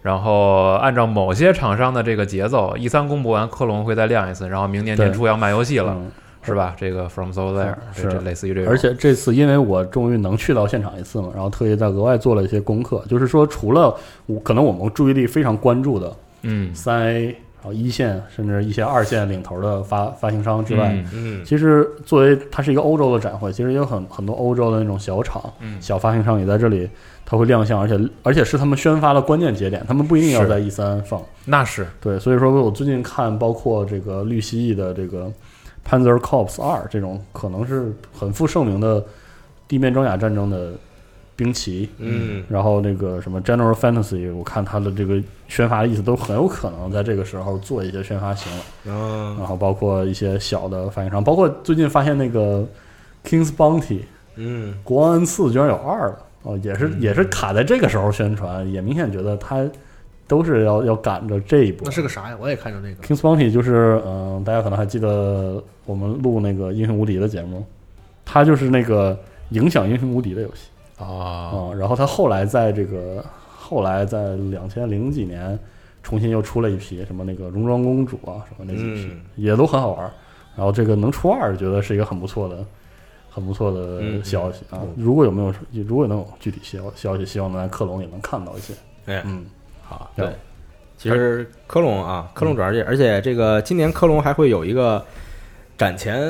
B: 然后按照某些厂商的这个节奏，E 三公布完，科隆会再亮一次，然后明年
D: 对
B: 年初要卖游戏了。
D: 嗯
B: 是吧？这个 From Software
D: 是
B: 这这类似于这种，
D: 而且这次因为我终于能去到现场一次嘛，然后特意再额外做了一些功课，就是说除了我可能我们注意力非常关注的
B: 嗯，
D: 三 A，然后一线甚至一些二线领头的发发行商之外，
B: 嗯
C: 嗯
D: 其实作为它是一个欧洲的展会，其实也有很很多欧洲的那种小厂、
B: 嗯
D: 小发行商也在这里，它会亮相，而且而且是他们宣发的关键节点，他们不一定要
B: 是
D: 在 E 三放。
B: 那是
D: 对，所以说我最近看，包括这个绿蜥蜴的这个 Panzer Corps 二这种，可能是很负盛名的地面装甲战争的兵棋，
C: 嗯
D: 然后那个什么 General Fantasy，我看它的这个宣发意思都很有可能在这个时候做一些宣发行为，
C: 嗯
D: 然后包括一些小的发行商，包括最近发现那个 King's Bounty
C: 嗯
D: 国安四居然有二了，哦，也是也是卡在这个时候宣传，也明显觉得它都是要要赶着这一波
A: 那。是个啥呀？我也看着那个
D: King's Bounty 就是，嗯、大家可能还记得我们录那个《英雄无敌》的节目，它就是那个影响《英雄无敌》的游戏啊、
B: 啊，
D: 然后它后来在这个后来在两千零几年重新又出了一批，什么那个《戎装公主》啊，什么那几批、
C: 嗯
D: 也都很好玩儿。然后这个能出二，觉得是一个很不错的、很不错的
C: 嗯
D: 消息啊。如果有没有，如果能有具体消消息，希望能在克隆也能看到一些。
C: 哎
D: 嗯，
C: 好
D: 对
C: 对，其实科隆啊，科隆主要是这，而且这个今年科隆还会有一个展前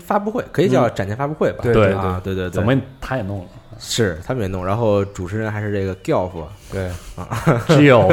C: 发布会，可以叫展前发布会吧？
B: 对
D: 嗯对
C: 啊，对对对，
D: 怎么他也弄了
C: 是他们也弄？然后主持人还是这个 Gelf
B: 对，
D: ？Geo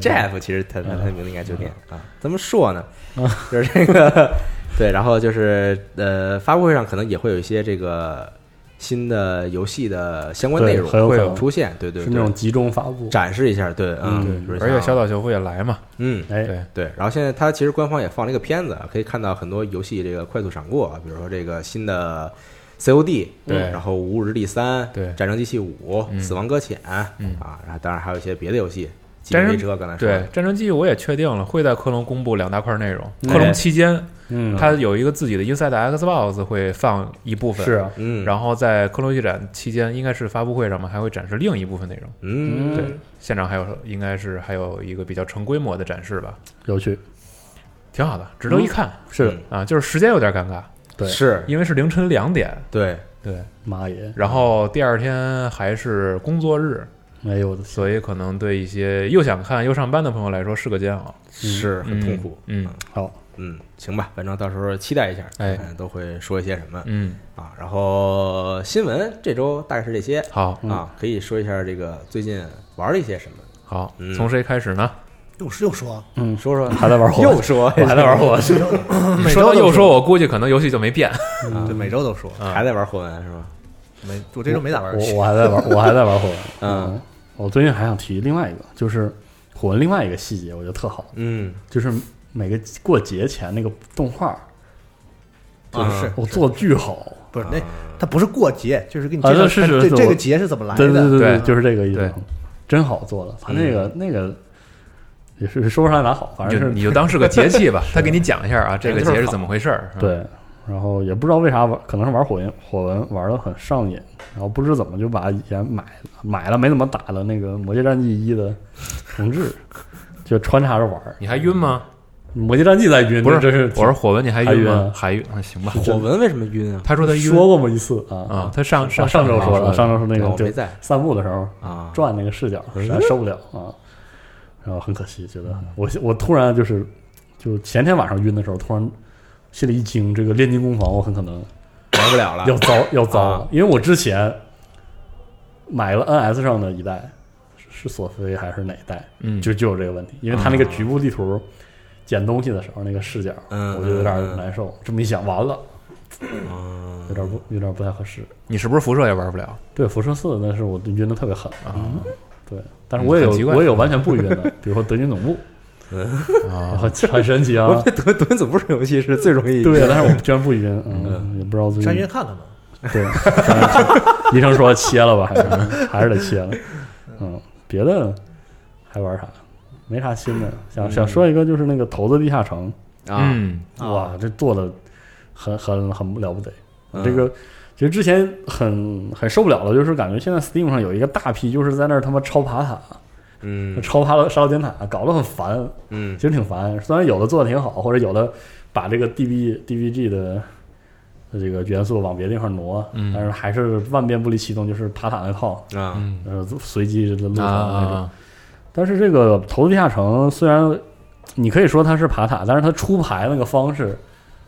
C: Jeff，其实他
D: 嗯
C: 他他的名字应该就念啊，怎么说呢？ 就是这个对，然后就是呃，发布会上可能也会有一些这个新的游戏的相关内容
D: 对很有可
C: 会
D: 能
C: 有出现，对对
D: 是那种
C: 对，
D: 集中发布。
C: 展示一下，对，
D: 嗯
C: 嗯，比如
B: 而且
C: 像
B: 小岛秀夫也来嘛，
C: 嗯，
D: 哎，
B: 对，
C: 对，然后现在它其实官方也放了一个片子，啊可以看到很多游戏这个快速闪过，啊比如说这个新的 COD，
B: 对
C: 嗯然后《无日历三》，
B: 对
C: 战争机器五》
B: 嗯
C: 死亡搁浅》
B: 嗯
C: 啊，然后当然还有一些别的游戏，极
B: 战
C: 品
B: 争
C: 飞车刚才说
B: 对
C: 的，，
B: 战争机我也确定了，会在克隆公布两大块内容。克隆期间，
D: 嗯，
B: 它有一个自己的 Inside Xbox 会放一部分，
D: 是啊，
C: 嗯，后
B: 然后在克隆游戏展期间，应该是发布会上嘛，还会展示另一部分内容。
C: 嗯，
D: 对
C: 对，
B: 现场还有应该是还有一个比较成规模的展示吧，
D: 有趣，
B: 挺好的，值得一看、
D: 是的
C: 嗯
B: 啊。就是时间有点尴尬，
D: 对
C: 是，
B: 因为是凌晨两点，
C: 对，
B: 对，
D: 妈耶！
B: 然后第二天还是工作日，
D: 哎呦我的天，
B: 所以可能对一些又想看又上班的朋友来说是个煎熬，
C: 是很痛苦，
B: 嗯
D: 好，
C: 嗯，行吧，反正到时候期待一下，
B: 哎
C: 看都会说一些什么
B: 嗯，
C: 啊，然后新闻这周大概是这些
B: 好
C: 啊，可以说一下这个最近玩了一些什么，
B: 好
C: 嗯，
B: 从谁开始呢？
A: 又是又说啊，
D: 嗯，
C: 说说
D: 还在玩火，
C: 又说
D: 我还在玩火，
A: 每
B: 嗯说
A: 周
B: 到
A: 都嗯
B: 又说，，我估计可能游戏就没变。
A: 对，每周都说，
C: 还在玩火纹是吧？
A: 没我这周没咋玩游
D: 我
A: 戏，
D: 我还在玩，我还在玩火。
C: 嗯，
D: 我最近还想提另外一个，就是火纹另外一个细节，我觉得特好，
C: 嗯，
D: 就是每个过节前那个动画，
A: 啊
C: 嗯
A: 是
D: 我做的巨好。
A: 不是那它不是过节，就是给你
D: 啊
A: 介绍
D: 那是
A: 看
D: 是
A: 这
D: 是
A: 这
D: 我
A: 个节是怎么来
D: 对
A: 的，
D: 对对，
B: 对
D: 就是这个意思
B: 对，
D: 真好做的。他那个那个也是说不上来哪好，反
B: 你就
D: 正是
B: 你就当是个节气吧，他给你讲一下啊，这个节是怎么回事儿。嗯，
D: 对，然后也不知道为啥玩，可能是玩火焰火纹玩的很上瘾，然后不知怎么就把以前买买了没怎么打的那个《魔界战记一》的重置，就穿插着玩儿。
B: 你还晕吗？
D: 《魔界战记》在晕，
B: 不是，
D: 这是
B: 我说火纹，你还
D: 还
B: 晕
D: 晕
B: 吗
D: 啊？
B: 还晕，啊行吧。
C: 火纹为什么晕啊？
B: 他说他晕
D: 说过吗？一次啊
B: 啊，他上上
D: 上周说
B: 了，
D: 了，上周说那
C: 对
D: 个
C: 我
D: 就
C: 没在
D: 散步的时候
C: 啊，
D: 转那个视角，
B: 嗯
D: 实在受不了啊。然后很可惜，觉得我我突然就是就前天晚上晕的时候，突然心里一惊，这个炼金工坊我很可能
C: 玩不了了，
D: 要糟要糟
C: 啊
D: 了，因为我之前买了 NS 上的一代，是索菲还是哪一代，
B: 嗯，
D: 就就有这个问题，因为它那个局部地图捡东西的时候那个视角，
C: 嗯
D: 我就有点
C: 嗯
D: 难受。这么一想，完了，
C: 嗯
D: 有点不有点不太合适。
B: 你是不是辐射也玩不了？
D: 对，辐射四那是我晕的特别狠
B: 啊，
D: 对，但是
B: 嗯
D: 我也有
B: 很奇怪
D: 我也有完全不晕的，比如说德军总部，
B: 啊，
D: 很很神奇
C: 我
D: 啊。
C: 这德德云总部这游戏是最容易
D: 对，但是我居然不晕，嗯，也不知道最
A: 上医
D: 近
A: 院看看吧。
D: 对，反正是医生说切了吧，还是还是得切了。嗯，别的还玩啥？没啥新的。想想说一个，就是那个《投资地下城
C: 啊，
B: 嗯》，
A: 啊
D: 哇，这做的很很很了不得。
C: 嗯
D: 这个其实之前很很受不了的，就是感觉现在 Steam 上有一个大批就是在那儿他妈超爬塔、
C: 嗯
D: 超爬了沙漏尖塔，搞得很烦。
C: 嗯
D: 其实挺烦。虽然有的做的挺好，或者有的把这个 DB DBG 的的这个元素往别的地方挪，
B: 嗯
D: 但是还是万变不离其宗，就是爬塔那套，
C: 啊，
B: 嗯
D: 呃，随机的路程
B: 啊
D: 那种。
B: 啊
D: 但是这个《投资地下城》虽然你可以说它是爬塔，但是它出牌那个方式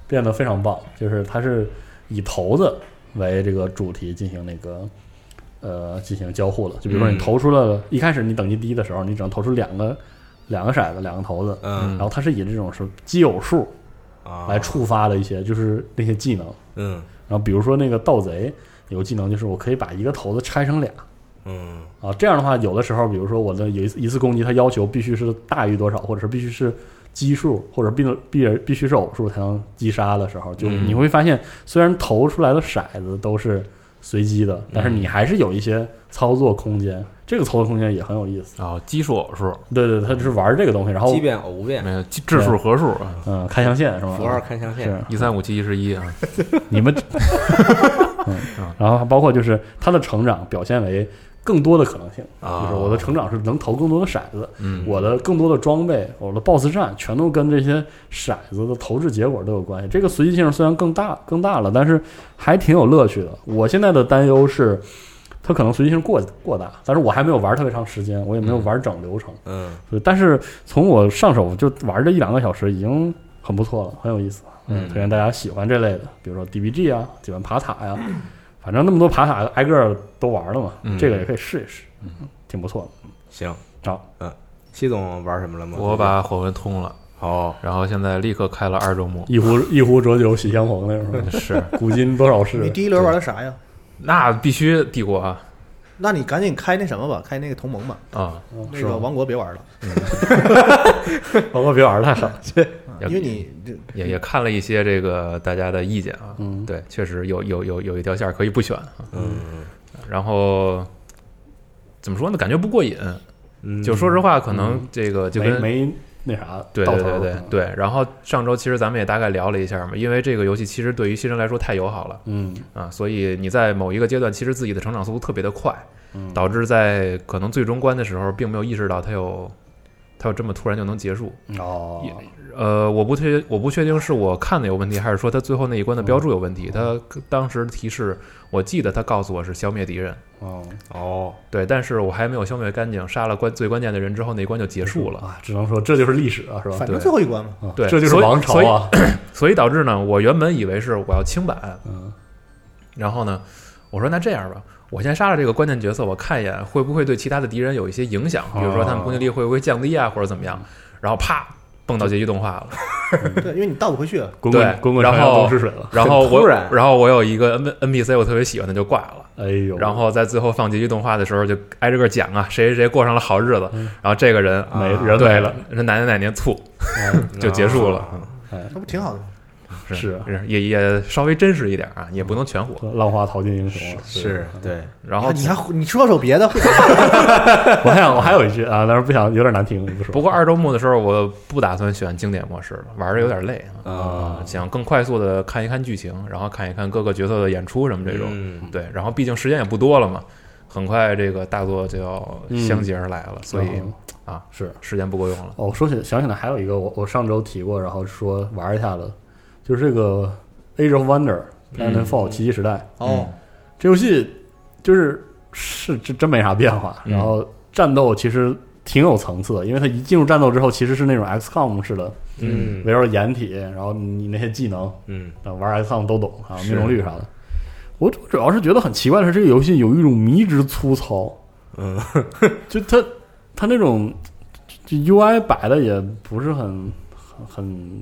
D: 变得非常棒，就是它是以骰子为这个主题进行那个呃进行交互的。就比如说你
B: 嗯
D: 投出了，一开始你等级低的时候，你只能投出两个两个骰子，两个骰子。
C: 嗯
D: 然后它是以这种是奇偶数
C: 啊，
D: 来触发的一些，就是那些技能。
C: 嗯
D: 然后比如说那个盗贼有个技能，就是我可以把一个骰子拆成俩，
C: 嗯
D: 啊，这样的话，有的时候，比如说我的有一次一次攻击，它要求必须是大于多少，或者是必须是奇数，或者必能必必须是偶数才能击杀的时候，就
B: 嗯
D: 你会发现，虽然投出来的骰子都是随机的，但是你还是有一些操作空间。这个操作空间也很有意思。
B: 哦，奇数偶数，
D: 对对，它就是玩这个东西，然后
C: 奇变偶变，
B: 没有奇质数合数，
D: 嗯，看象限是吧？
C: 符号看象限
D: 是
B: 一三五七一十一啊，
D: 你们，
C: 啊
D: 嗯，然后还包括就是它的成长表现为更多的可能性，
C: 啊
D: 就是我的成长是能投更多的骰子，
B: 嗯，
D: 我的更多的装备，我的 BOSS 战，全都跟这些骰子的投掷结果都有关系。这个随机性虽然更大更大了，但是还挺有乐趣的。我现在的担忧是，它可能随机性过过大，但是我还没有玩特别长时间，我也没有玩整流程。
C: 嗯
D: 所以但是从我上手就玩这一两个小时，已经很不错了，很有意思。
B: 嗯
D: 推荐大家喜欢这类的，比如说 DBG 啊，喜欢爬塔呀、反正那么多爬塔挨个儿都玩了嘛，
B: 嗯
D: 这个也可以试一试，嗯挺不错的。
C: 行，
D: 好，
C: 西总玩什么了吗？
B: 我把火魂通了，
C: 哦，
B: 然后现在立刻开了二周目，
D: 一壶一壶浊酒喜相逢那种。
B: 是，
D: 古今多少
A: 你
D: 事，啊
A: 第一轮玩的啥呀？
B: 那必须帝国啊
A: 那你赶紧开那什么吧，开那个同盟吧，
B: 啊，
D: 嗯
A: 那 个王国别玩了，
D: 包括别玩儿太狠。
B: 要
A: 啊因为你这
B: 也也看了一些这个大家的意见啊，
D: 嗯，
B: 对，确实有有有有一条线儿可以不选啊，
C: 嗯
B: 然后怎么说呢，感觉不过瘾，
C: 嗯，
B: 就说实话，可能这个就
D: 没
B: 跟
D: 没那啥，
B: 对
D: 到
B: 对对
D: 头
B: 对对，然后上周其实咱们也大概聊了一下嘛，因为这个游戏其实对于新人来说太友好了。
D: 嗯
B: 啊，所以你在某一个阶段，其实自己的成长速度特别的快，
D: 嗯，
B: 导致在可能最终关的时候，并没有意识到它有它有这么突然就能结束。
D: 哦，
B: 也呃，我不确我不确定是我看的有问题，还是说它最后那一关的标注有问题。它当时提示，我记得它告诉我是消灭敌人，
D: 哦，
C: 哦，
B: 对，但是我还没有消灭干净，杀了关最关键的人之后，那一关就结束了。
D: 啊，只能说这就是历史啊，是吧
A: 反？正最后一关嘛，
D: 啊
B: 对
D: 这就是
B: 所以
D: 王朝啊。
B: 所以导致呢，我原本以为是我要清版，
D: 嗯
B: 然后呢，我说那这样吧，我先杀了这个关键角色，我看一眼会不会对其他的敌人有一些影响，比如说他们攻击力会不会降低啊，或者怎么样。然后啪蹦到结局动画了，
A: 对，因为你倒不回去了，
D: 滚
B: 对
D: 滚滚滚长
B: 然
D: 江
B: 后
D: 东逝水了。
B: 然后
C: 很
B: 我
C: 突然
B: 然后我有一个 N N P C 我特别喜欢的就挂了。
D: 哎呦，
B: 然后在最后放结局动画的时候，就挨着个讲啊，谁谁谁过上了好日子，然后这个人
D: 没
B: 啊
D: 人
B: 对
D: 没了，
B: 人奶奶哪年醋
D: 嗯
B: 就结束
C: 啊
B: 了，
D: 哎
A: 那不挺好的吗？
D: 是啊
B: 也也稍微真实一点啊，也不能全火。
D: 浪花淘尽英雄啊。
C: 是对，
B: 然后
A: 啊你还你说首别的，啊
D: 我还想我还有一句啊，但是不想有点难听，不说。
B: 不过二周目的时候，我不打算选经典模式了，玩的有点累啊，
C: 啊，
B: 想更快速的看一看剧情，然后看一看各个角色的演出什么这种。
C: 嗯
B: 对，然后毕竟时间也不多了嘛，很快这个大作就要相继而来了，所以
D: 嗯
B: 啊
D: 是
B: 时间不够用了。
D: 哦，说起想起来还有一个，我我上周提过，然后说玩一下的，就是这个《Age of Wonder》《Planetfall》奇迹时代。
B: 嗯
A: 哦，
D: 这游戏就是是真真没啥变化，
B: 嗯
D: 然后战斗其实挺有层次的，因为它一进入战斗之后，其实是那种 XCOM 式的，
C: 嗯
D: 围绕掩体，然后你那些技能，
C: 嗯
D: 呃玩 XCOM 都懂啊，
B: 是
D: 命中率啥的。我主要是觉得很奇怪的是，这个游戏有一种迷之粗糙，
C: 嗯
D: 就它它那种就 UI 摆的也不是很很很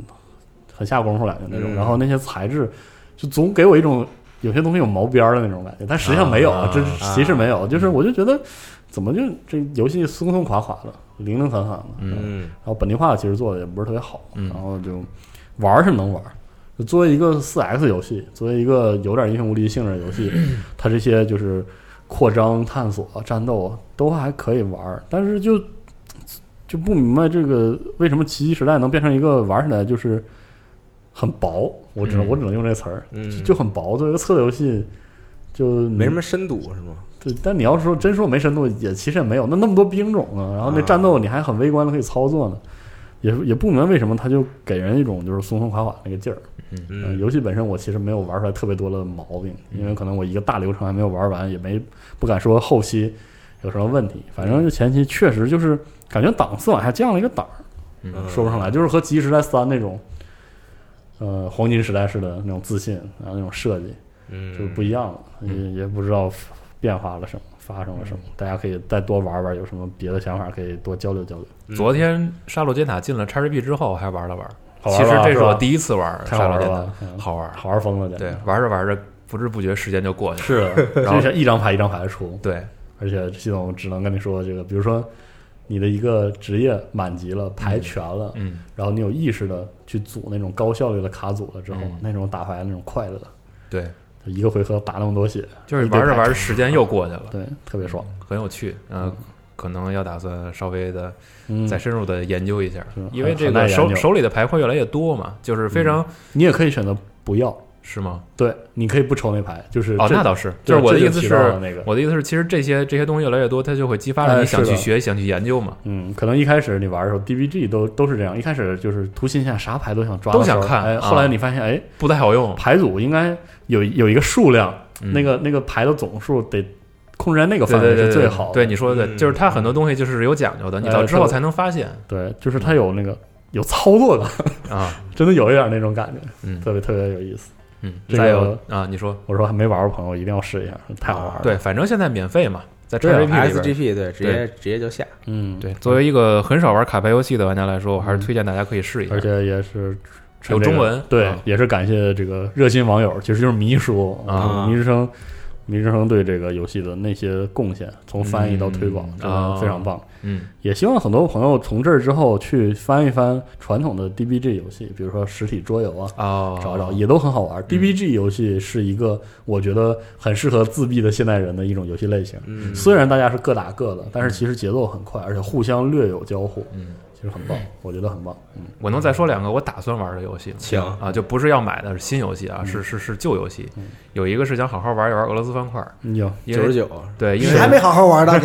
D: 很下功夫感觉那种，
C: 嗯
D: 然后那些材质就总给我一种有些东西有毛边儿的那种感觉，但实际上没有，
B: 啊
D: 这
C: 啊
D: 其实没有，就是我就觉得怎么就这游戏松松垮垮的，零零散散的，
B: 嗯
C: 嗯
D: 然后本地化其实做的也不是特别好，
B: 嗯
D: 然后就玩儿是能玩儿。就作为一个四 X 游戏，作为一个有点英雄无敌性质的游 戏，它这些就是扩张、探索、战斗啊都还可以玩儿，但是就就不明白这个为什么《奇迹时代》能变成一个玩起来就是很薄，我只能、
B: 嗯
D: 我只能用这词儿，
C: 嗯，
D: 就很薄。作为一个策略游戏，就
C: 没什么深度是吗？
D: 对，但你要说真说没深度，也其实也没有，那那么多兵种呢，然后那
C: 啊
D: 战斗你还很微观的可以操作呢，也也不明白为什么他就给人一种就是松松垮垮那个劲儿。
B: 嗯
D: 呃
C: 嗯，
D: 游戏本身我其实没有玩出来特别多的毛病，因为可能我一个大流程还没有玩完，也没不敢说后期有什么问题。反正就前期确实就是感觉档次往下降了一个档儿，
C: 嗯
D: 说不上来，就是和《极时代三》那种，呃，黄金时代式的那种自信，然后那种设计
C: 嗯，
D: 就不一样了，
B: 嗯
D: 也也不知道变化了什么，发生了什么。大家可以再多玩玩，有什么别的想法可以多交流交流。
B: 昨天《杀戮尖塔》进了 XGP 之后，还玩了玩。
D: 好玩
B: 其实
D: 吧
B: 这
D: 是
B: 是我
D: 吧
B: 第一次玩《
D: 太
B: 杀
D: 好
B: 戮
D: 玩
B: 尖
D: 了
B: 塔
D: 吧，嗯》，
B: 好玩。
D: 好玩疯了，简直
B: 对，玩着玩着，不知不觉时间就过去了。
D: 是的，
B: 然后
D: 就像一张牌一张牌的 出，
B: 对，
D: 而且系统只能跟你说这个，比如说你的一个职业满级了，牌全了，
B: 嗯，
D: 然后你有意识的去组那种高效率的卡组了之后，
B: 嗯
D: 那种打牌的那种快乐，
B: 对，
D: 就一个回合打那么多血，
B: 就是
D: 一堆
B: 玩着
D: 牌
B: 玩着时间又过去了，
D: 对，特别爽。
B: 很有趣。嗯，可能要打算稍微的
D: 嗯，
B: 再深入的研究一下
D: 是，
B: 因为
D: 很
B: 这
D: 很耐
B: 个
D: 研
B: 手
D: 究嗯
B: 手里的牌会越来越多嘛，就是非常
D: 你也可以选择不要，
B: 是吗？
D: 对，你可以不抽那牌，就是
B: 哦，
D: 这
B: 那倒是，
D: 对
B: 是我的
D: 这
B: 意
D: 就
B: 思
D: 提
B: 是
D: 到了那个，
B: 我的意思是，其实这些这些东西越来越多，它就会激发了
D: 哎
B: 你想
D: 是
B: 去
D: 的
B: 学、想去研究嘛。
D: 嗯，可能一开始你玩的时候，DBG 都都是这样，一开始就是图新鲜，啥牌都想抓
B: 都
D: 的时候，
B: 想看
D: 哎，
B: 啊
D: 后来你发现，哎，
B: 不太好用，
D: 牌组应该有有一个数量，
B: 嗯
D: 那个那个牌的总数得控制在那个
B: 对
D: 范
B: 对
D: 围
B: 对
D: 是
B: 对
D: 最好的。
B: 对你说的对，
C: 嗯
B: 就是它很多东西就是有讲究的，你
D: 哎
B: 到之后
D: 特别
B: 才能发现
D: 对就是它有那个有操作感，
B: 啊。
D: 真的有一点那种感觉，
B: 嗯
D: 嗯特别特别有意思。
B: 嗯，
D: 这
B: 再有
D: 个
B: 啊，你说
D: 我说还没玩过朋友一定要试一下，太好玩了。
B: 对，，反正现在免费嘛，在
D: 啊对啊
B: XGP 里边。
C: SGP 对，直接直接就下，
D: 嗯，
B: 对，作为一个很少玩卡牌游戏的玩家来说，我还是推荐大家可以试一下
D: 而。且也是
B: 有中文
D: 对
B: 啊，
D: 也是感谢这个热心网友，其实就是迷叔
C: 啊
D: 迷之声，迷之声对这个游戏的那些贡献，从翻译到推广
B: 嗯，
D: 真的非常棒。
B: 嗯
D: 也希望很多朋友从这儿之后去翻一翻传统的 DBG 游戏，比如说实体桌游啊，
B: 哦，
D: 找找也都很好玩。DBG 游戏是一个我觉得很适合自闭的现代人的一种游戏类型。
C: 嗯，
D: 虽然大家是各打各的，但是其实节奏很快，而且互相略有交互，
B: 嗯，
D: 其实很棒，我觉得很棒。嗯，
B: 我能再说两个我打算玩的游戏吗？
C: 请
B: 啊，就不是要买的是新游戏
C: 嗯
B: 啊，是是是旧游戏。有一个是想好好玩一玩俄罗斯方块，
D: 嗯你有
B: 因
C: 九十
B: 为啊
C: 九，
B: 对，因
A: 你
B: 为
A: 还没好好玩呢，你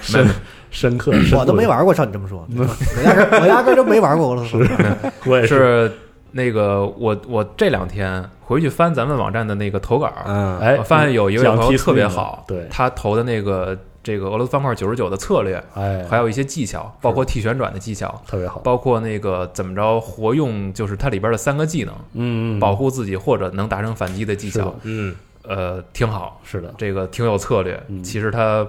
D: 深深刻，深
A: 我都没
D: 入，
A: 玩过。照你这么说，我压根我压根儿就没玩过俄罗斯方块。
D: 我也是。
B: 是那个我我这两天回去翻咱们网站的那个投稿，
C: 嗯，
D: 哎
B: 我，发现有一位
D: 讲
B: 朋友
D: T
B: 特别
D: screen
B: 好，
D: 对，
B: 他投的那个这个俄罗斯方块九十九的策略，
D: 哎，
B: 还有一些技巧，包括 T 旋转的技巧，
D: 特别好，
B: 包括那个怎么着活用，就是它里边的三个技能，
D: 嗯，嗯
B: 保护自己或者能达成反击的技
D: 是
B: 巧
D: 的，
C: 嗯，
B: 呃，挺好，
D: 是的，
B: 这个挺有策略。
D: 嗯
B: 其实它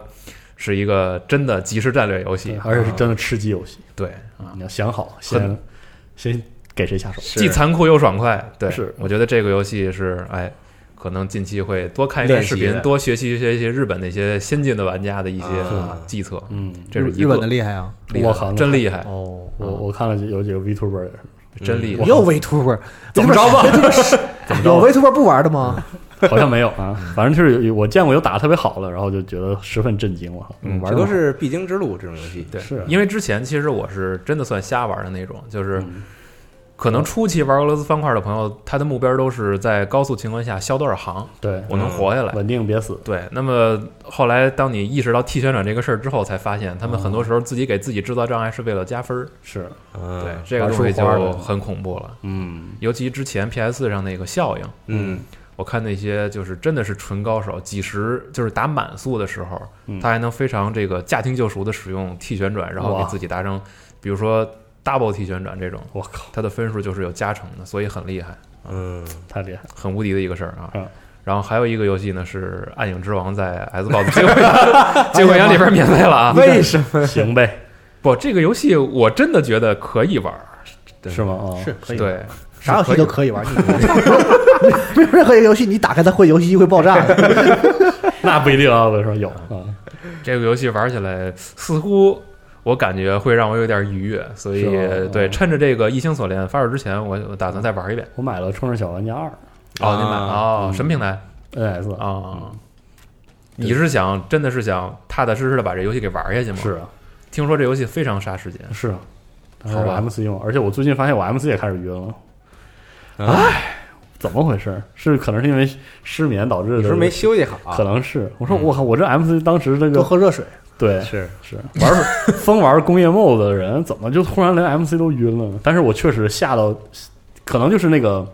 B: 是一个真的即时战略游戏，
D: 而且是真的吃鸡游戏。
B: 对啊，
D: 你要想好，先先给谁下手。
B: 既残酷又爽快。对，
D: 是
B: 我觉得这个游戏是哎。可能近期会多看一看
C: 练习
B: 视频
C: 的，
B: 多学习学习日本那些先进的玩家的一些
C: 啊
B: 啊计策，
D: 嗯，
B: 这是一
A: 日本
B: 个
A: 的厉害啊！
B: 厉害
D: 我靠
B: 真厉害，啊
A: 哦，
D: 我我看了有几个 Vtuber 也是
B: 真厉害
A: 又 VTuber，
B: 怎么着吧？
A: 有 VTuber 不玩的吗？
D: 好像没有 啊，反正就是有我见过有打的特别好的，然后就觉得十分震惊，我靠，
B: 嗯
D: 玩
C: 这
D: 得
C: 都
D: 好
C: 是必经之路，这种游戏，
B: 对，
D: 是啊
B: 因为之前其实我是真的算瞎玩的那种，就是
D: 嗯
B: 可能初期玩俄罗斯方块的朋友，他的目标都是在高速情况下消多少行，
D: 对，
B: 我能活下来。
D: 稳定别死，
B: 对，那么后来当你意识到 T 旋转这个事儿之后，才发现他们很多时候自己给自己制造障碍是为了加分儿。
D: 是，
C: 嗯，
B: 对，这个东西就很恐怖了。
D: 嗯
B: 尤其之前 PS 上那个效应，
C: 嗯，
B: 我看那些就是真的是纯高手，几十就是打满速的时候，
D: 嗯
B: 他还能非常这个驾轻就熟的使用 T 旋转，然后
D: 哇
B: 给自己达成，比如说 double T 旋转这种，
D: 我靠，
B: 他的分数就是有加成的，所以很厉害，
C: 嗯，
D: 太厉害 了，
B: 很无敌的一个事儿啊。
D: 嗯
B: 然后还有一个游戏呢是《暗影之王》在 Xbox 机会 机会员里边免费了
C: 哎
B: 啊！
A: 为什 么？
D: 行呗，
B: 不，这个游戏我真的觉得可以玩儿，对
D: 是吗？啊，
C: 是可以，
B: 对，
A: 啥游
B: 是
A: 戏都
B: 可
A: 可以玩， 你没有任何一个游戏你打开它会游戏机会爆炸 的。
D: 那不一定啊，我说有啊，
B: 以玩。这个游戏玩起来似乎我感觉会让我有点愉悦，所以
D: 是吗
C: 哦
B: 对，
D: 嗯
B: 趁着这个《异星锁链》发售之前，我我打算再玩一遍。
D: 我买了《冲着小玩家二
B: 哦，你买
C: 啊嗯
B: 哦，
D: 嗯
B: 什么平台》啊
D: NS，
B: 啊？你是想真的是想踏踏实实的把这游戏给玩下去吗？
D: 是，啊
B: 听说这游戏非常杀时间。
D: 是啊，
B: 好吧
D: m c 用，而且我最近发现我 MC 也开始晕了，
C: 啊，
D: 怎么回事？是可能是因为失眠导致的，
C: 你是不是没休息好？
D: 可能是我说
B: 嗯
D: 我靠，我这 MC 当时这
A: 多
D: 个
A: 喝热水，
D: 对
C: 是，
D: 是玩儿疯玩儿工业 MOD 的人，怎么就突然连 MC 都晕了呢？但是我确实下到可能就是那个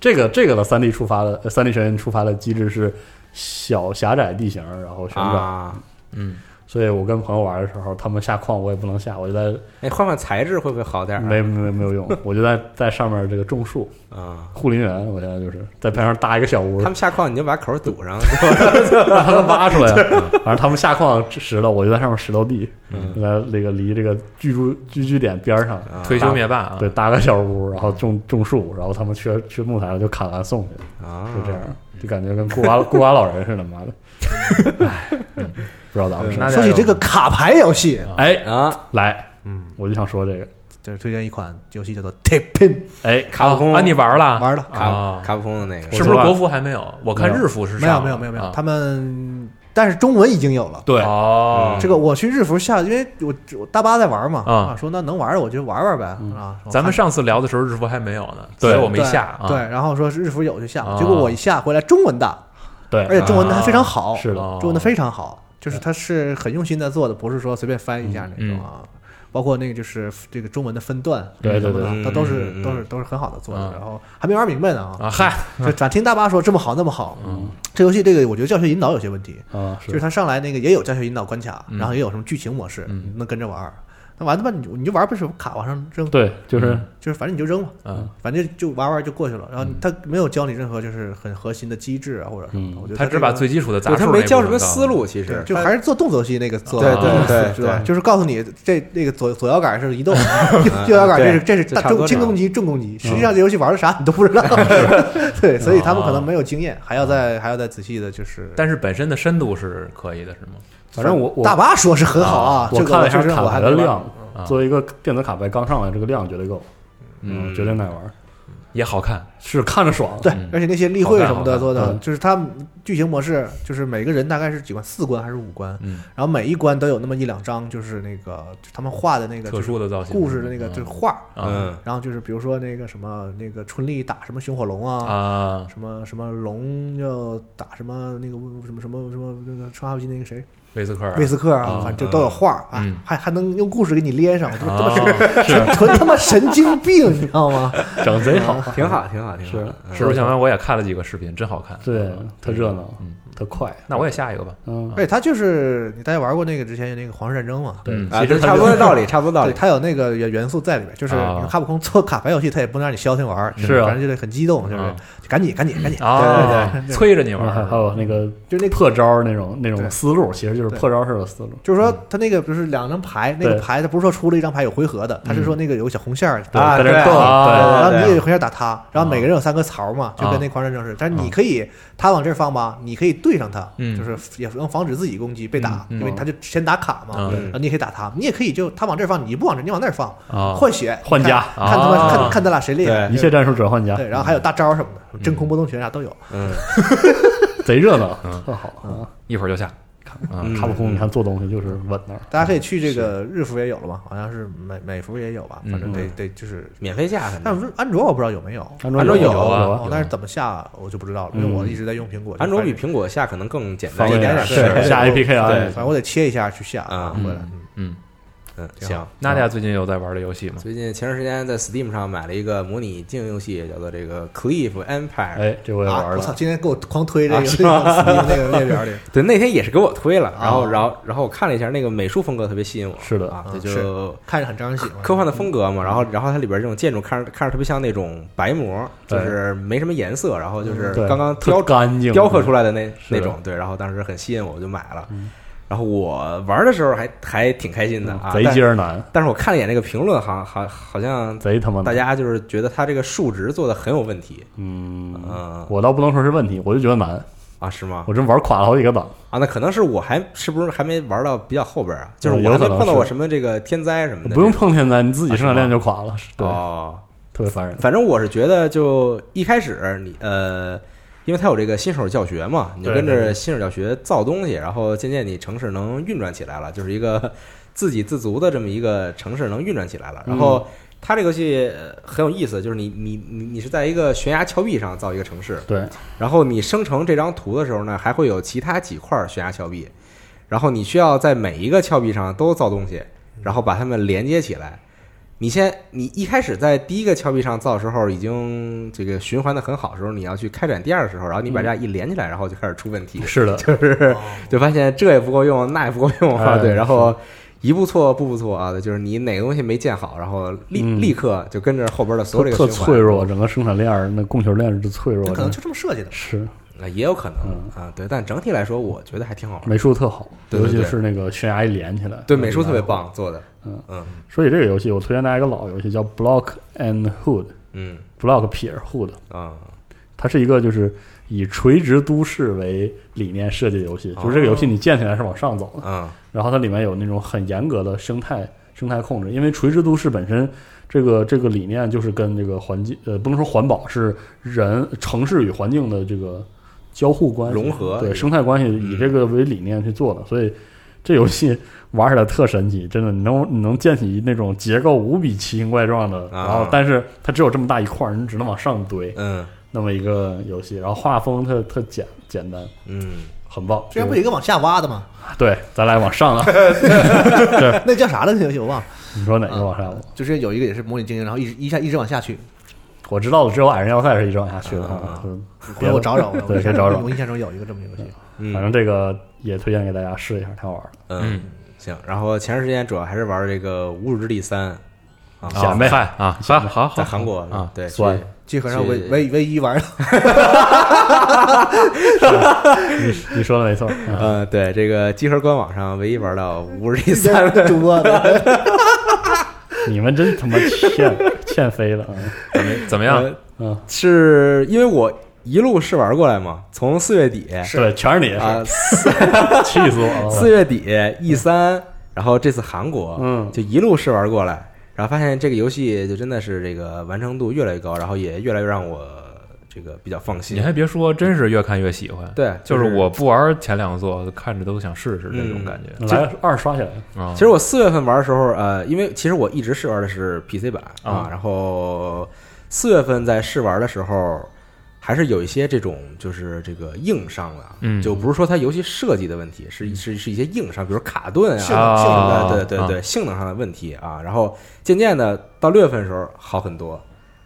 D: 这个这个的三 D 触发的三 D 神触发的机制是小狭窄地形，然后旋转。
C: 啊，
B: 嗯，
D: 所以我跟朋友玩的时候，他们下矿我也不能下，我就在
C: 哎，换换材质会不会好
A: 啊
C: 点儿？
D: 没没没有 用，我就在在上面这个种树
C: 啊，
D: 护林员，我现在就是在边上搭一个小屋
C: 他，们下矿你就把口儿堵上，
D: 让他们挖出 来。反正他们下矿石头，我就在上面石头地，
A: 嗯
D: 就在那个离这个居住居居点边上，
C: 啊
B: 退休灭霸
A: 嗯
B: 啊，
D: 对，搭个小屋，然后种种树，然后他们缺缺木材了就砍完送去，
A: 嗯
C: 啊，
D: 就这样，就感觉跟孤寡孤寡老 人似的， 妈的，唉，嗯不知道咋回事。啊
B: 那
A: 说起这个卡牌游戏，
D: 哎，
C: 啊，
D: 来，
A: 嗯，
D: 我就想说这个，
A: 就是推荐一款游戏叫 做 Tapin，
D: 哎，
C: 卡普空
B: 啊，你玩了？
A: 玩了。
B: 啊
C: 卡卡普空的那个
B: 是不是国服还没有？我看日服是
A: 没有
B: 上
A: 没有没有没有，
B: 啊
A: 他们但是中文已经有了。
D: 对，
B: 哦
C: 嗯，
A: 这个我去日服下，因为我我大巴在玩嘛，
B: 啊嗯
A: 啊，说那能玩我就玩玩呗，啊，
B: 哦咱们
A: 上
B: 上次聊的时候日服还没有呢，
D: 对
B: 所以我没下啊。
A: 对，然后说是日服有就下
B: 啊，
A: 结果我一下回来中文的，
D: 对，
A: 而且中文的还非常好，
D: 是的
B: 哦嗯
A: 中文的非常好，就是它是很用心在做的，不是说随便翻一下那种啊。包括那个就是这个中文的分段，
D: 对对
A: 什么的
C: 对
A: 它都是
C: 嗯嗯
A: 都是都是很好的做的
B: 嗯，
A: 然后还没玩明白呢啊，
B: 啊，嗨，
A: 就只听大巴说这么好那么好，
D: 嗯
A: 这游戏这个我觉得教学引导有些问题，
D: 啊，
A: 就是它上来那个也有教学引导关卡，
B: 嗯
A: 然后也有什么剧情模式，
B: 嗯
A: 你能跟着玩儿。那完了吧，你就你就玩儿呗，什么卡往上扔，
D: 对，就是
A: 就是反正你就扔嘛，
B: 嗯，
A: 反正就玩玩就过去了。然后它没有教你任何就是很核心的机制啊或者什么的，
D: 嗯
A: 我觉得
B: 他
A: 它这
B: 只
A: 个
B: 把最基础的杂
C: 对
B: 数
C: 他
B: 那
C: 没
B: 一部
C: 教什
B: 分
C: 么
B: 告诉你，
C: 思路，其
A: 对
C: 实
A: 就
C: 他
A: 还是做动作游戏那个做
C: 对
A: 的
B: 对
A: 啊
C: 对
A: 是吧？
C: 对
A: 就是告诉你这那个左左摇杆是移动，右右摇杆这是这是
C: 就
A: 大
C: 差不
A: 重
C: 多
A: 轻
C: 这样
A: 攻击重攻击，实际上这游戏玩的啥你都不知道，对，所以他们可能没有经验，还要再还要再仔细的就是。
B: 但是本身的深度是可以的，是吗？
D: 反正我我
A: 大巴说是很好啊，
D: 我
A: 这个
D: 看了一下
A: 确实
D: 卡
A: 我还
D: 牌
A: 没
D: 的
A: 玩
D: 量，
B: 啊
D: 作为一个电子卡牌刚上来，这个量绝对够，嗯，绝对耐玩，
B: 也好看，
D: 是看着爽，
A: 对
B: 嗯，
A: 而且那些例会什么
B: 好看好看
A: 的做的，
D: 嗯
A: 就是他们剧情模式，就是每个人大概是几关，四关还是五关，
B: 嗯，
A: 然后每一关都有那么一两张，就是那个就是他们画的那个
B: 特殊的造
A: 就是
B: 型，
A: 故事的那个
B: 嗯
A: 就是画，
B: 啊
C: 嗯
A: 然后就是比如说那个什么那个春丽打什么熊火龙啊，
B: 啊，
A: 什么什么龙要打什么那个什么什么什么那个穿哈皮那个谁
B: 威斯克尔，
A: 威斯克啊
B: 啊，
A: 反正就都有画啊
B: 嗯，
A: 还还能用故事给你连上，我他妈这么神
B: 啊，
A: 纯他妈神经病，你知 道吗？
D: 整贼好，
C: 挺好，挺好，挺好
D: 是
C: 的。嗯
B: 实不相瞒，我也看了几个视频，真好看。
D: 对，特热闹
B: 嗯，
D: 特快，
B: 那我也下一个吧。
D: 嗯
A: 而且他就是你大家玩过那个之前有那个皇室战争嘛，
D: 对
B: 嗯
C: 啊，
B: 其
C: 对
B: 实
C: 差不多的道理，差不多道
A: 对，
C: 理。
A: 它有那个元元素在里面，就是
B: 啊
A: 你看卡普空做卡牌游戏，它也不能让你消停玩儿，
D: 是啊
A: 反正就得很激动，就是
B: 啊
A: 赶紧赶紧赶紧，
B: 啊，
A: 对对对
B: 催着你玩
D: 然后
B: 儿
D: 还有嗯那个
A: 就那个。
D: 破招儿那种那
A: 对
D: 种思路，其实就是
A: 对
D: 破招式的思路，
A: 就是说，它那个不是两张牌，那个
D: 对
A: 牌它不是说出了一张牌有回合的，它是说那个有个小红线儿，
D: 对，
A: 啊
C: 啊
D: 在这
C: 对
D: 儿动，
B: 啊
D: 对
A: 然后
C: 对
A: 你
C: 对
A: 也有回合打它，然后每个人有三个槽嘛，就跟那狂战争似的。但是你可以，他往这儿放吧，你可以对上他，
B: 嗯
A: 就是也能防止自己攻击被打，
B: 嗯嗯
A: 因为他就先打卡嘛，
B: 嗯
A: 然后你也可以打他，你也可以就他往这儿放，你不往这儿，你往那儿放，
B: 啊，
A: 换血
D: 换家
A: 看看他
B: 啊
A: 妈看看咱俩谁厉害，
C: 对
D: 一切战术啊转换家，
A: 对，然后还有大招什么的，什么真空波动拳啥都有。
C: 嗯，
D: 贼热闹，
B: 嗯
D: 特好啊！
B: 一会儿就下。啊
C: 嗯
D: 卡普空，你看做东西就是稳那儿，
A: 大家可以去这个日服也有了吧？好像是美美服也有吧？反正得
C: 嗯
A: 得就是，
C: 免费价，反
A: 但
C: 正
A: 是安卓我不知道有没有，
D: 安卓
C: 安卓
D: 有
C: 有
B: 啊
D: 啊
A: 哦，但是怎么下我就不知道了，因
D: 嗯
A: 为我一直在用苹果。
C: 安卓比
A: 就
C: 苹果下可能更简
D: 方
C: 单一
D: 便
C: 点
A: 点
C: 儿。
A: 是
D: 是
A: 是
D: 下
A: 是
D: APK
A: 反正
D: 啊
A: 对，，反正我得切一下去下
C: 啊
A: 回来。
B: 嗯，
C: 嗯，
A: 挺
C: 行
A: 好。
B: 娜姐最近有在玩的游戏吗？
C: 最近前段时间在 Steam 上买了一个模拟竞游戏，叫做这个 Cliff Empire。
D: 哎，这我也
A: 啊！
D: 玩
A: 我操！
D: 了，
A: 今天给我狂推这
C: 啊
A: 个
C: 是
A: 这个 Steam 那个列表里，
C: 对，那天也是给我推了，然后，
A: 啊
C: 然后，然后我看了一下，那个美术风格特别吸引我。
D: 哦是的
C: 啊，
A: 啊
C: 这
A: 是
C: 就
A: 看着很招人喜欢。
C: 科幻的风格嘛，然后然后它里边这种建筑看着看着特别像那种白膜，就
D: 对嗯
C: 是没什么颜色，然后就是
D: 对
C: 刚刚
D: 特
C: 雕
D: 干净，
C: 雕刻出来的那
D: 是
C: 那
D: 的嗯
C: 种，对，然后当时很吸引我，我就买了。然后我玩的时候还还挺开心的啊，
D: 贼
C: 但
D: 尖儿难，
C: 但是我看了一眼那个评论，好像好好像
D: 贼他妈
C: 大
D: 难。
C: 家就是觉得它这个数值做的很有问题
D: 嗯，
C: 嗯
D: 我倒不能说是问题，我就觉得难，
C: 啊，是吗？
D: 我真玩垮了好几个档。
C: 啊，那可能是我还是不是还没玩到比较后边啊？就是
D: 嗯
C: 我
D: 有
C: 还没
D: 可能
C: 碰到过
D: 是
C: 什么这个天灾什么的。
D: 不用
C: 这种
D: 碰天灾，你自己生产链就垮了，对，
C: 啊哦，
D: 特别烦人。
C: 反正我是觉得，就一开始你呃，因为它有这个新手教学嘛，你就
D: 对
C: 跟
D: 对
C: 着
D: 对
C: 新手教学造东西，然后渐渐你城市能运转起来了，就是一个 自给自足的这么一个城市能运转起来了。然
D: 嗯
C: 后它这个游戏呃很有意思，就是你你你你是在一个悬崖峭壁上造一个城市，
D: 对，
C: 然后你生成这张图的时候呢，还会有其他几块悬崖峭壁，然后你需要在每一个峭壁上都造东西，然后把它们连接起来。你先，你一开始在第一个峭壁上造的时候，已经这个循环的很好的时候，你要去开展第二的时候，然后你把这样一连起来，然后就开始出问题，
D: 是的，
C: 就是就发现这也不够用，那也不够用啊，
D: 哎
C: 对，然后一步错步步错啊，就是你哪个东西没建好，然后立
D: 嗯
C: 立刻就跟着后边的所有这个
D: 特
C: 循环
D: 脆弱，整个生产链儿那供求链儿是脆弱
A: 可能
D: 的
A: 就，这么设计的。
D: 是
C: 啊，也有可能啊，对，但整体来说，我觉得还挺好玩。
D: 美术特好，
C: 对对
D: 尤
C: 对
D: 其是那个悬崖一连起来，
C: 对，美术特别。棒做的，
D: 嗯
C: 嗯
D: 说起这个游戏，我推荐大家一个老游戏叫 Block and Hood，Block
C: 嗯
D: 撇 Hood，
C: 啊，
D: 它是一个就是以垂直都市为理念设计的游戏，就是这个游
C: 哦
D: 戏你建起来是往上走的，
C: 嗯
D: 然后它里面有那种很严格的生态生态控制，因为垂直都市本身这个这个理念就是跟这个环境呃不能说环保是人城市与环境的这个交互关系
C: 融合
D: 对生态关系以这个为理念去做的，所以这游戏玩起来特神奇，真的你能你能建起那种结构无比奇形怪状的，
C: 啊
D: 然后但是它只有这么大一块儿，你只能往上堆
C: 嗯
D: 那么一个游戏，然后画风特特简简单，
C: 嗯，
D: 很棒。
A: 之前不有一个往下挖的吗？
D: 对，咱俩往上了，
A: 那叫啥来着？游戏我忘了，
D: 你说哪个往上？
A: 就是有一个也是模拟经营，然后一直一下一直往下去。
D: 我知道了，只有矮人要塞是一直往下去的
C: 啊
D: 啊。就是
A: 回头我找找，我
D: 对，可
A: 印象
D: 以找找
A: 我。印象中有一个这么一个游戏，
C: 嗯
D: 反正这个也推荐给大家试一下，挺好玩的。
C: 嗯行。然后前段时间主要还是玩这个《无主之地三》啊，
D: 显摆
B: 嗨啊，好好好，
C: 在韩国
B: 啊，
C: 对，
D: 酸
A: 集合上
C: 是
A: 唯唯唯一玩的，
D: 你你说的没错， 嗯
C: 呃，对，这个集合官网上唯一玩到《无日 第三》 的，
A: 主播的，
D: 你们真他妈欠 欠飞了。嗯
B: 怎么怎么
C: 呃
B: 样？
D: 嗯，
C: 是因为我一路试玩过来嘛，从四月底
D: 对，全是你，
C: 啊，四
D: 气死我
C: 四
D: 了。
C: 月底 E 三，然后这次韩国，
D: 嗯
C: 就一路试玩过来，然后发现这个游戏就真的是这个完成度越来越高，然后也越来越让我这个比较放
B: 你
C: 心。
B: 还别说，真是越看越喜欢。
C: 对
B: 就
C: 就是
B: 是我不玩前两座，看着都想试试这种
C: 嗯
B: 感觉。
D: 来二刷起来，
B: 啊，
C: 其实我四月份玩的时候，呃，因为其实我一直试玩的是 PC 版啊
B: 啊，
C: 然后四月份在试玩的时候，还是有一些这种就是这个硬伤的，啊
B: 嗯
C: 就不是说它游戏设计的问题，是是是一些硬伤，比如卡顿啊，
A: 性能性能
B: 啊
C: 对对对对，性能上的问题啊。然后渐渐的到六月份的时候好很多，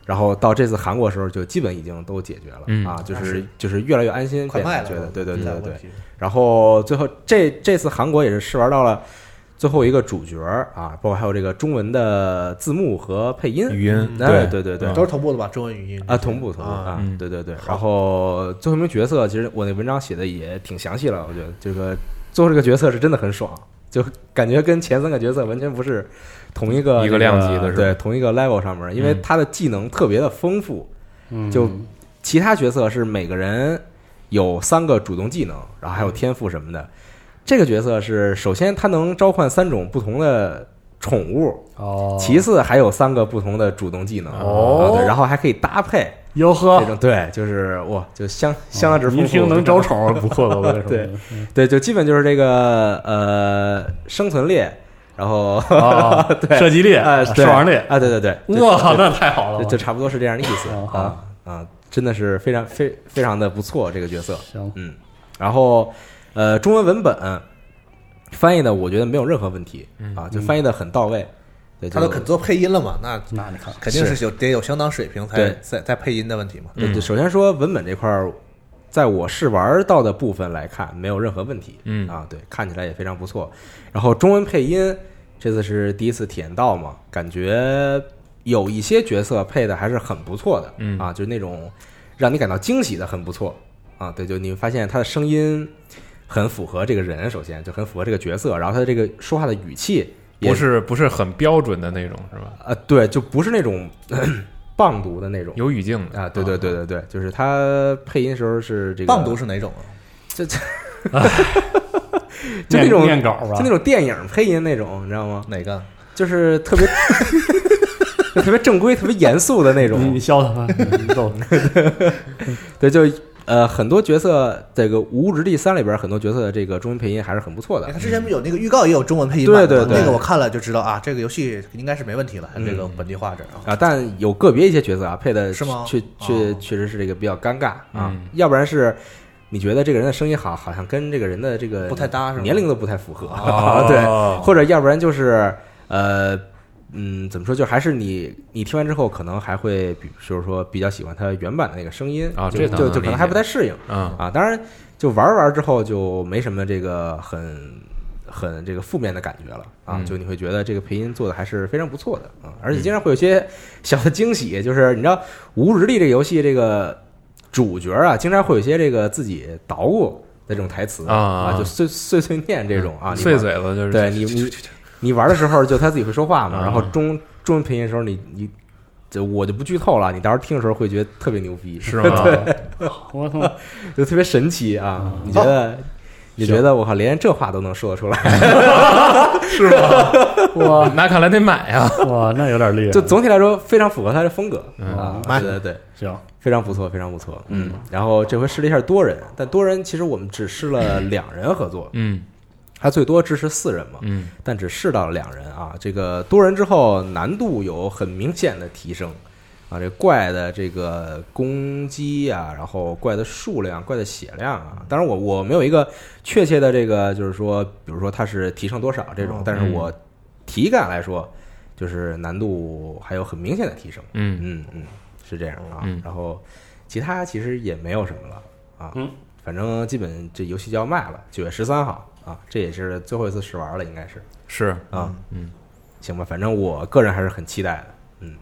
C: 然后到这次韩国的时候就基本已经都解决了、
B: 嗯
C: 啊，就
A: 那
C: 是
A: 是
C: 就是越来越安 心，
A: 快卖了，
C: 觉得对对
A: 嗯
C: 对对对
A: 问。题
C: 然后最后这这次韩国也是试玩到了最后一个主角啊，包括还有这个中文的字幕和配音，
B: 语音
C: 哎
B: 对
C: 对对对
B: 嗯
A: 都是同步的吧？中文语音
C: 啊，同步同步
A: 啊，
C: 啊
B: 嗯，
C: 对对对。然后最后一名角色，其实我那文章写的也挺详细了，我觉得这个最后这个角色是真的很爽，就感觉跟前三个角色完全不是同一个
B: 一个量级的
C: 这个
B: 是吧
C: 对，同一个 level 上面，因为
B: 嗯
C: 他的技能特别的丰富，
D: 嗯
C: 就其他角色是每个人有三个主动技能，然后还
B: 嗯
C: 有天赋什么的。这个角色是首先他能召唤三种不同的宠物，
D: 哦，
C: 其次还有三个不同的主动技能
D: 哦
C: 啊对，然后还可以搭配
D: 哟呵
C: 这，种，对，就是哇，就相相当之丰富。
D: 一听能招宠不错了，我 跟你说
C: 对对，就基本就是这个呃生存猎，然后
D: 啊，
C: 对
D: 射击猎
C: 啊，，对
D: 兽王猎，
C: 啊，对对对，
D: 我靠，那太好了
C: 就，就差不多是这样的意思
D: 啊
C: 啊啊，真的是非常非非常的不错这个角色，
D: 行，
C: 嗯，然后呃，中文文本翻译的我觉得没有任何问题啊，就翻译的很到位，对，
A: 他
C: 就
A: 都肯做配音了嘛？那
D: 那你看，
A: 肯定是有得有相当水平才
C: 对
A: 才才配音的问题嘛？
C: 对，就首先说文本这块儿，在我试玩到的部分来看，没有任何问题。
B: 嗯
C: 啊，对，看起来也非常不错。然后中文配音这次是第一次体验到嘛，感觉有一些角色配的还是很不错的。
B: 嗯
C: 啊，就是那种让你感到惊喜的，很不错。啊，对，就你发现他的声音很符合这个人，首先就很符合这个角色，然后他的这个说话的语气也
B: 不是不是很标准的那种，是吧？
C: 啊，对，就不是那种 棒读的那种。
B: 有语境的
C: 啊，对对，对对对，就是他配音时候是这个
A: 棒读是哪种啊？
C: 就就
B: 啊
C: 就那种
D: 念念稿吧
C: 就那种电影配音那种，你知道吗？
A: 哪个？
C: 就是特 别就特别正规、特别严肃的那
D: 你你
A: 嗯
C: 种。
D: 削他吧，你揍 他。
C: 对，就呃，很多角色这个《无物之地三》里边很多角色的这个中文配音还是很不错的
A: 哎他。之前不有那个预告也有中文配音版吗
C: 对对对
A: 那个我看了就知道啊，这个游戏应该是没问题了，这个本地化这啊。
C: 啊，但有个别一些角色啊，配的
A: 是吗
C: 确确
A: 哦
C: 确实是这个比较尴尬啊
B: 嗯，
C: 要不然是你觉得这个人的声音好，好像跟这个人的这个
A: 不太搭是吗
C: 啊年龄都不太符合，
B: 哦
C: 对，或者要不然就是呃，嗯，怎么说？就还是你你听完之后，可能还会比就是说比较喜欢它原版的那个声音
B: 啊
C: 就
B: 这倒
C: 就
B: 能
C: 就可
B: 理
C: 能还
B: 解
C: 不太适应
B: 嗯
C: 啊。当然，就玩儿玩儿之后就没什么这个很很这个负面的感觉了啊
B: 嗯，
C: 就你会觉得这个配音做的还是非常不错的啊，而且经常会有些小的惊喜，就是你知道《无日历》这个游戏这个主角啊，经常会有一些这个自己捣鼓的这种台词
B: 啊啊嗯
C: 就碎碎碎念这种啊，你
B: 碎
C: 玩
B: 嘴子就是
C: 对你你你玩的时候就他自己会说话嘛，
B: 啊
C: 然后中中文配音的时候你你就我就不剧透了，你到时候听的时候会觉得特别牛逼，
B: 是吗？
D: 啊我操，
C: 就特别神奇啊！
B: 嗯
C: 你觉得你觉得我靠，连这话都能说得出来，
B: 是吗？
D: 哇
B: 那看来得买 啊。
D: 哇，那有点厉害。
C: 就总体来说非常符合他的风格
B: 嗯
C: 啊！
A: 买
C: 对对对，
D: 行，
C: 非常不错，非常不错，嗯。然后这回试了一下多人，但多人其实我们只试了两人合作，
B: 嗯
C: 他最多支持四人嘛，
B: 嗯
C: 但只试到了两人啊。这个多人之后难度有很明显的提升啊，这怪的这个攻击啊，然后怪的数量、怪的血量啊，当然我我没有一个确切的这个就是说，比如说它是提升多少这
B: 嗯
C: 种，但是我体感来说，就是难度还有很明显的提升。
B: 嗯，
C: 嗯嗯，是这样啊。
B: 嗯
C: 然后其他其实也没有什么了啊。
D: 嗯，
C: 反正基本这游戏就要卖了，九月十三号啊，这也是最后一次试玩了，应该是
B: 是
C: 啊。
B: 嗯，
C: 行吧，反正我个人还是很期待的。嗯，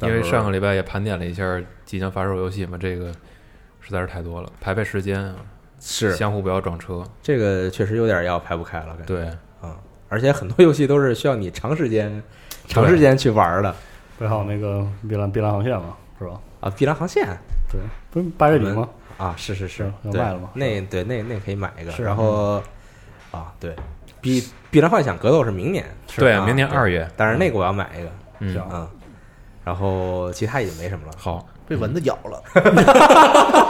B: 因为
C: 到时候
B: 上个礼拜也盘点了一下即将发售游戏嘛，这个实在是太多了，排排时间啊，
C: 是
B: 相互不要撞车。啊
C: 这个确实有点要排不开了，感觉
B: 对，
C: 啊。而且很多游戏都是需要你长时间、长时间去玩的
D: 北好那个碧蓝碧蓝航线嘛，是吧？
C: 啊，《碧蓝航线》
D: 对，不是八月底吗？
C: 啊，是是是，
D: 要
C: 对
D: 卖了吗
C: 那对那那可以买一个，
D: 是
C: 然后啊，对，《碧碧蓝幻想格斗》是明年，
B: 对
C: 啊
B: 明年
C: 对
B: 二月
C: 但是那个我要买一个，
B: 嗯，
D: 行
C: 嗯，然后其他也没什么了。
B: 好，
A: 被蚊子咬了，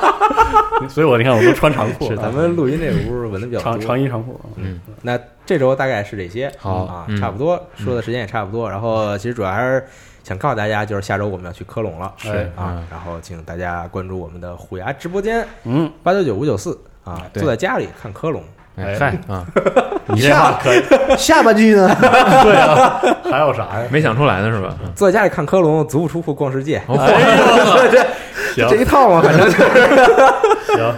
D: 所以我你看我都穿长裤啊
C: 是，咱们录音这屋闻的比较
D: 长
C: 多
D: 长。衣长裤。啊
B: 嗯，
C: 那这周大概是这些，
B: 好
C: 啊
B: 嗯，
C: 差不多说的时间也差不多。然后其实主要还是想告诉大家，就是下周我们要去科隆了，
D: 是
C: 啊
B: 嗯。
C: 然后请大家关注我们的虎牙直播间
D: 嗯，
C: 八九九五九四啊，
B: 嗯对
C: 坐在家里看科隆，
B: 哎
D: 哎
B: 嗨啊，
D: 嗯 你这话可以，
A: 下半句呢？
D: 对啊，还有
C: 哎
D: 啥呀？
B: 没想出来呢是吧？嗯
C: 坐在家里看科隆，足不出户逛世界，
B: 哦嚯
D: 行
C: 这一套嘛，反正就是
D: 行，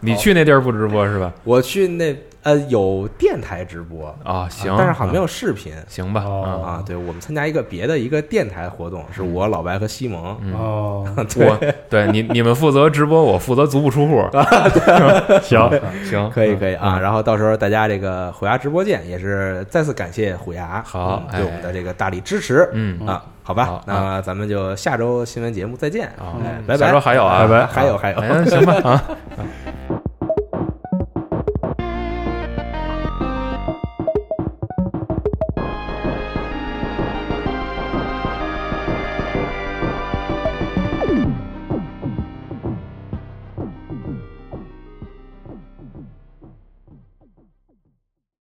B: 你去那地儿不直播是吧？
C: 我去那呃有电台直播，
B: 啊，
C: 啊
B: 行，
C: 但是好像没
B: 啊
C: 有视频，
B: 行吧
D: 哦
B: 啊。
C: 啊，对我们参加一个别的一个电台活动，是我老白和西蒙，
D: 哦，
B: 嗯 我对你你们负责直播，我负责足不出户。
D: 行，
B: 行，
C: 啊可以可以啊。
B: 嗯，
C: 然后到时候大家这个虎牙直播间也是再次感谢虎牙
B: 好
C: 嗯
B: 哎
C: 对我们的这个大力支持，
B: 嗯
C: 啊，
B: 好
C: 好吧，那咱们就下周新闻节目再见
B: 好
C: 哎拜
B: 下
C: 拜
B: 周。还有啊，
D: 拜拜
C: 还有还有
B: 哎行吧啊。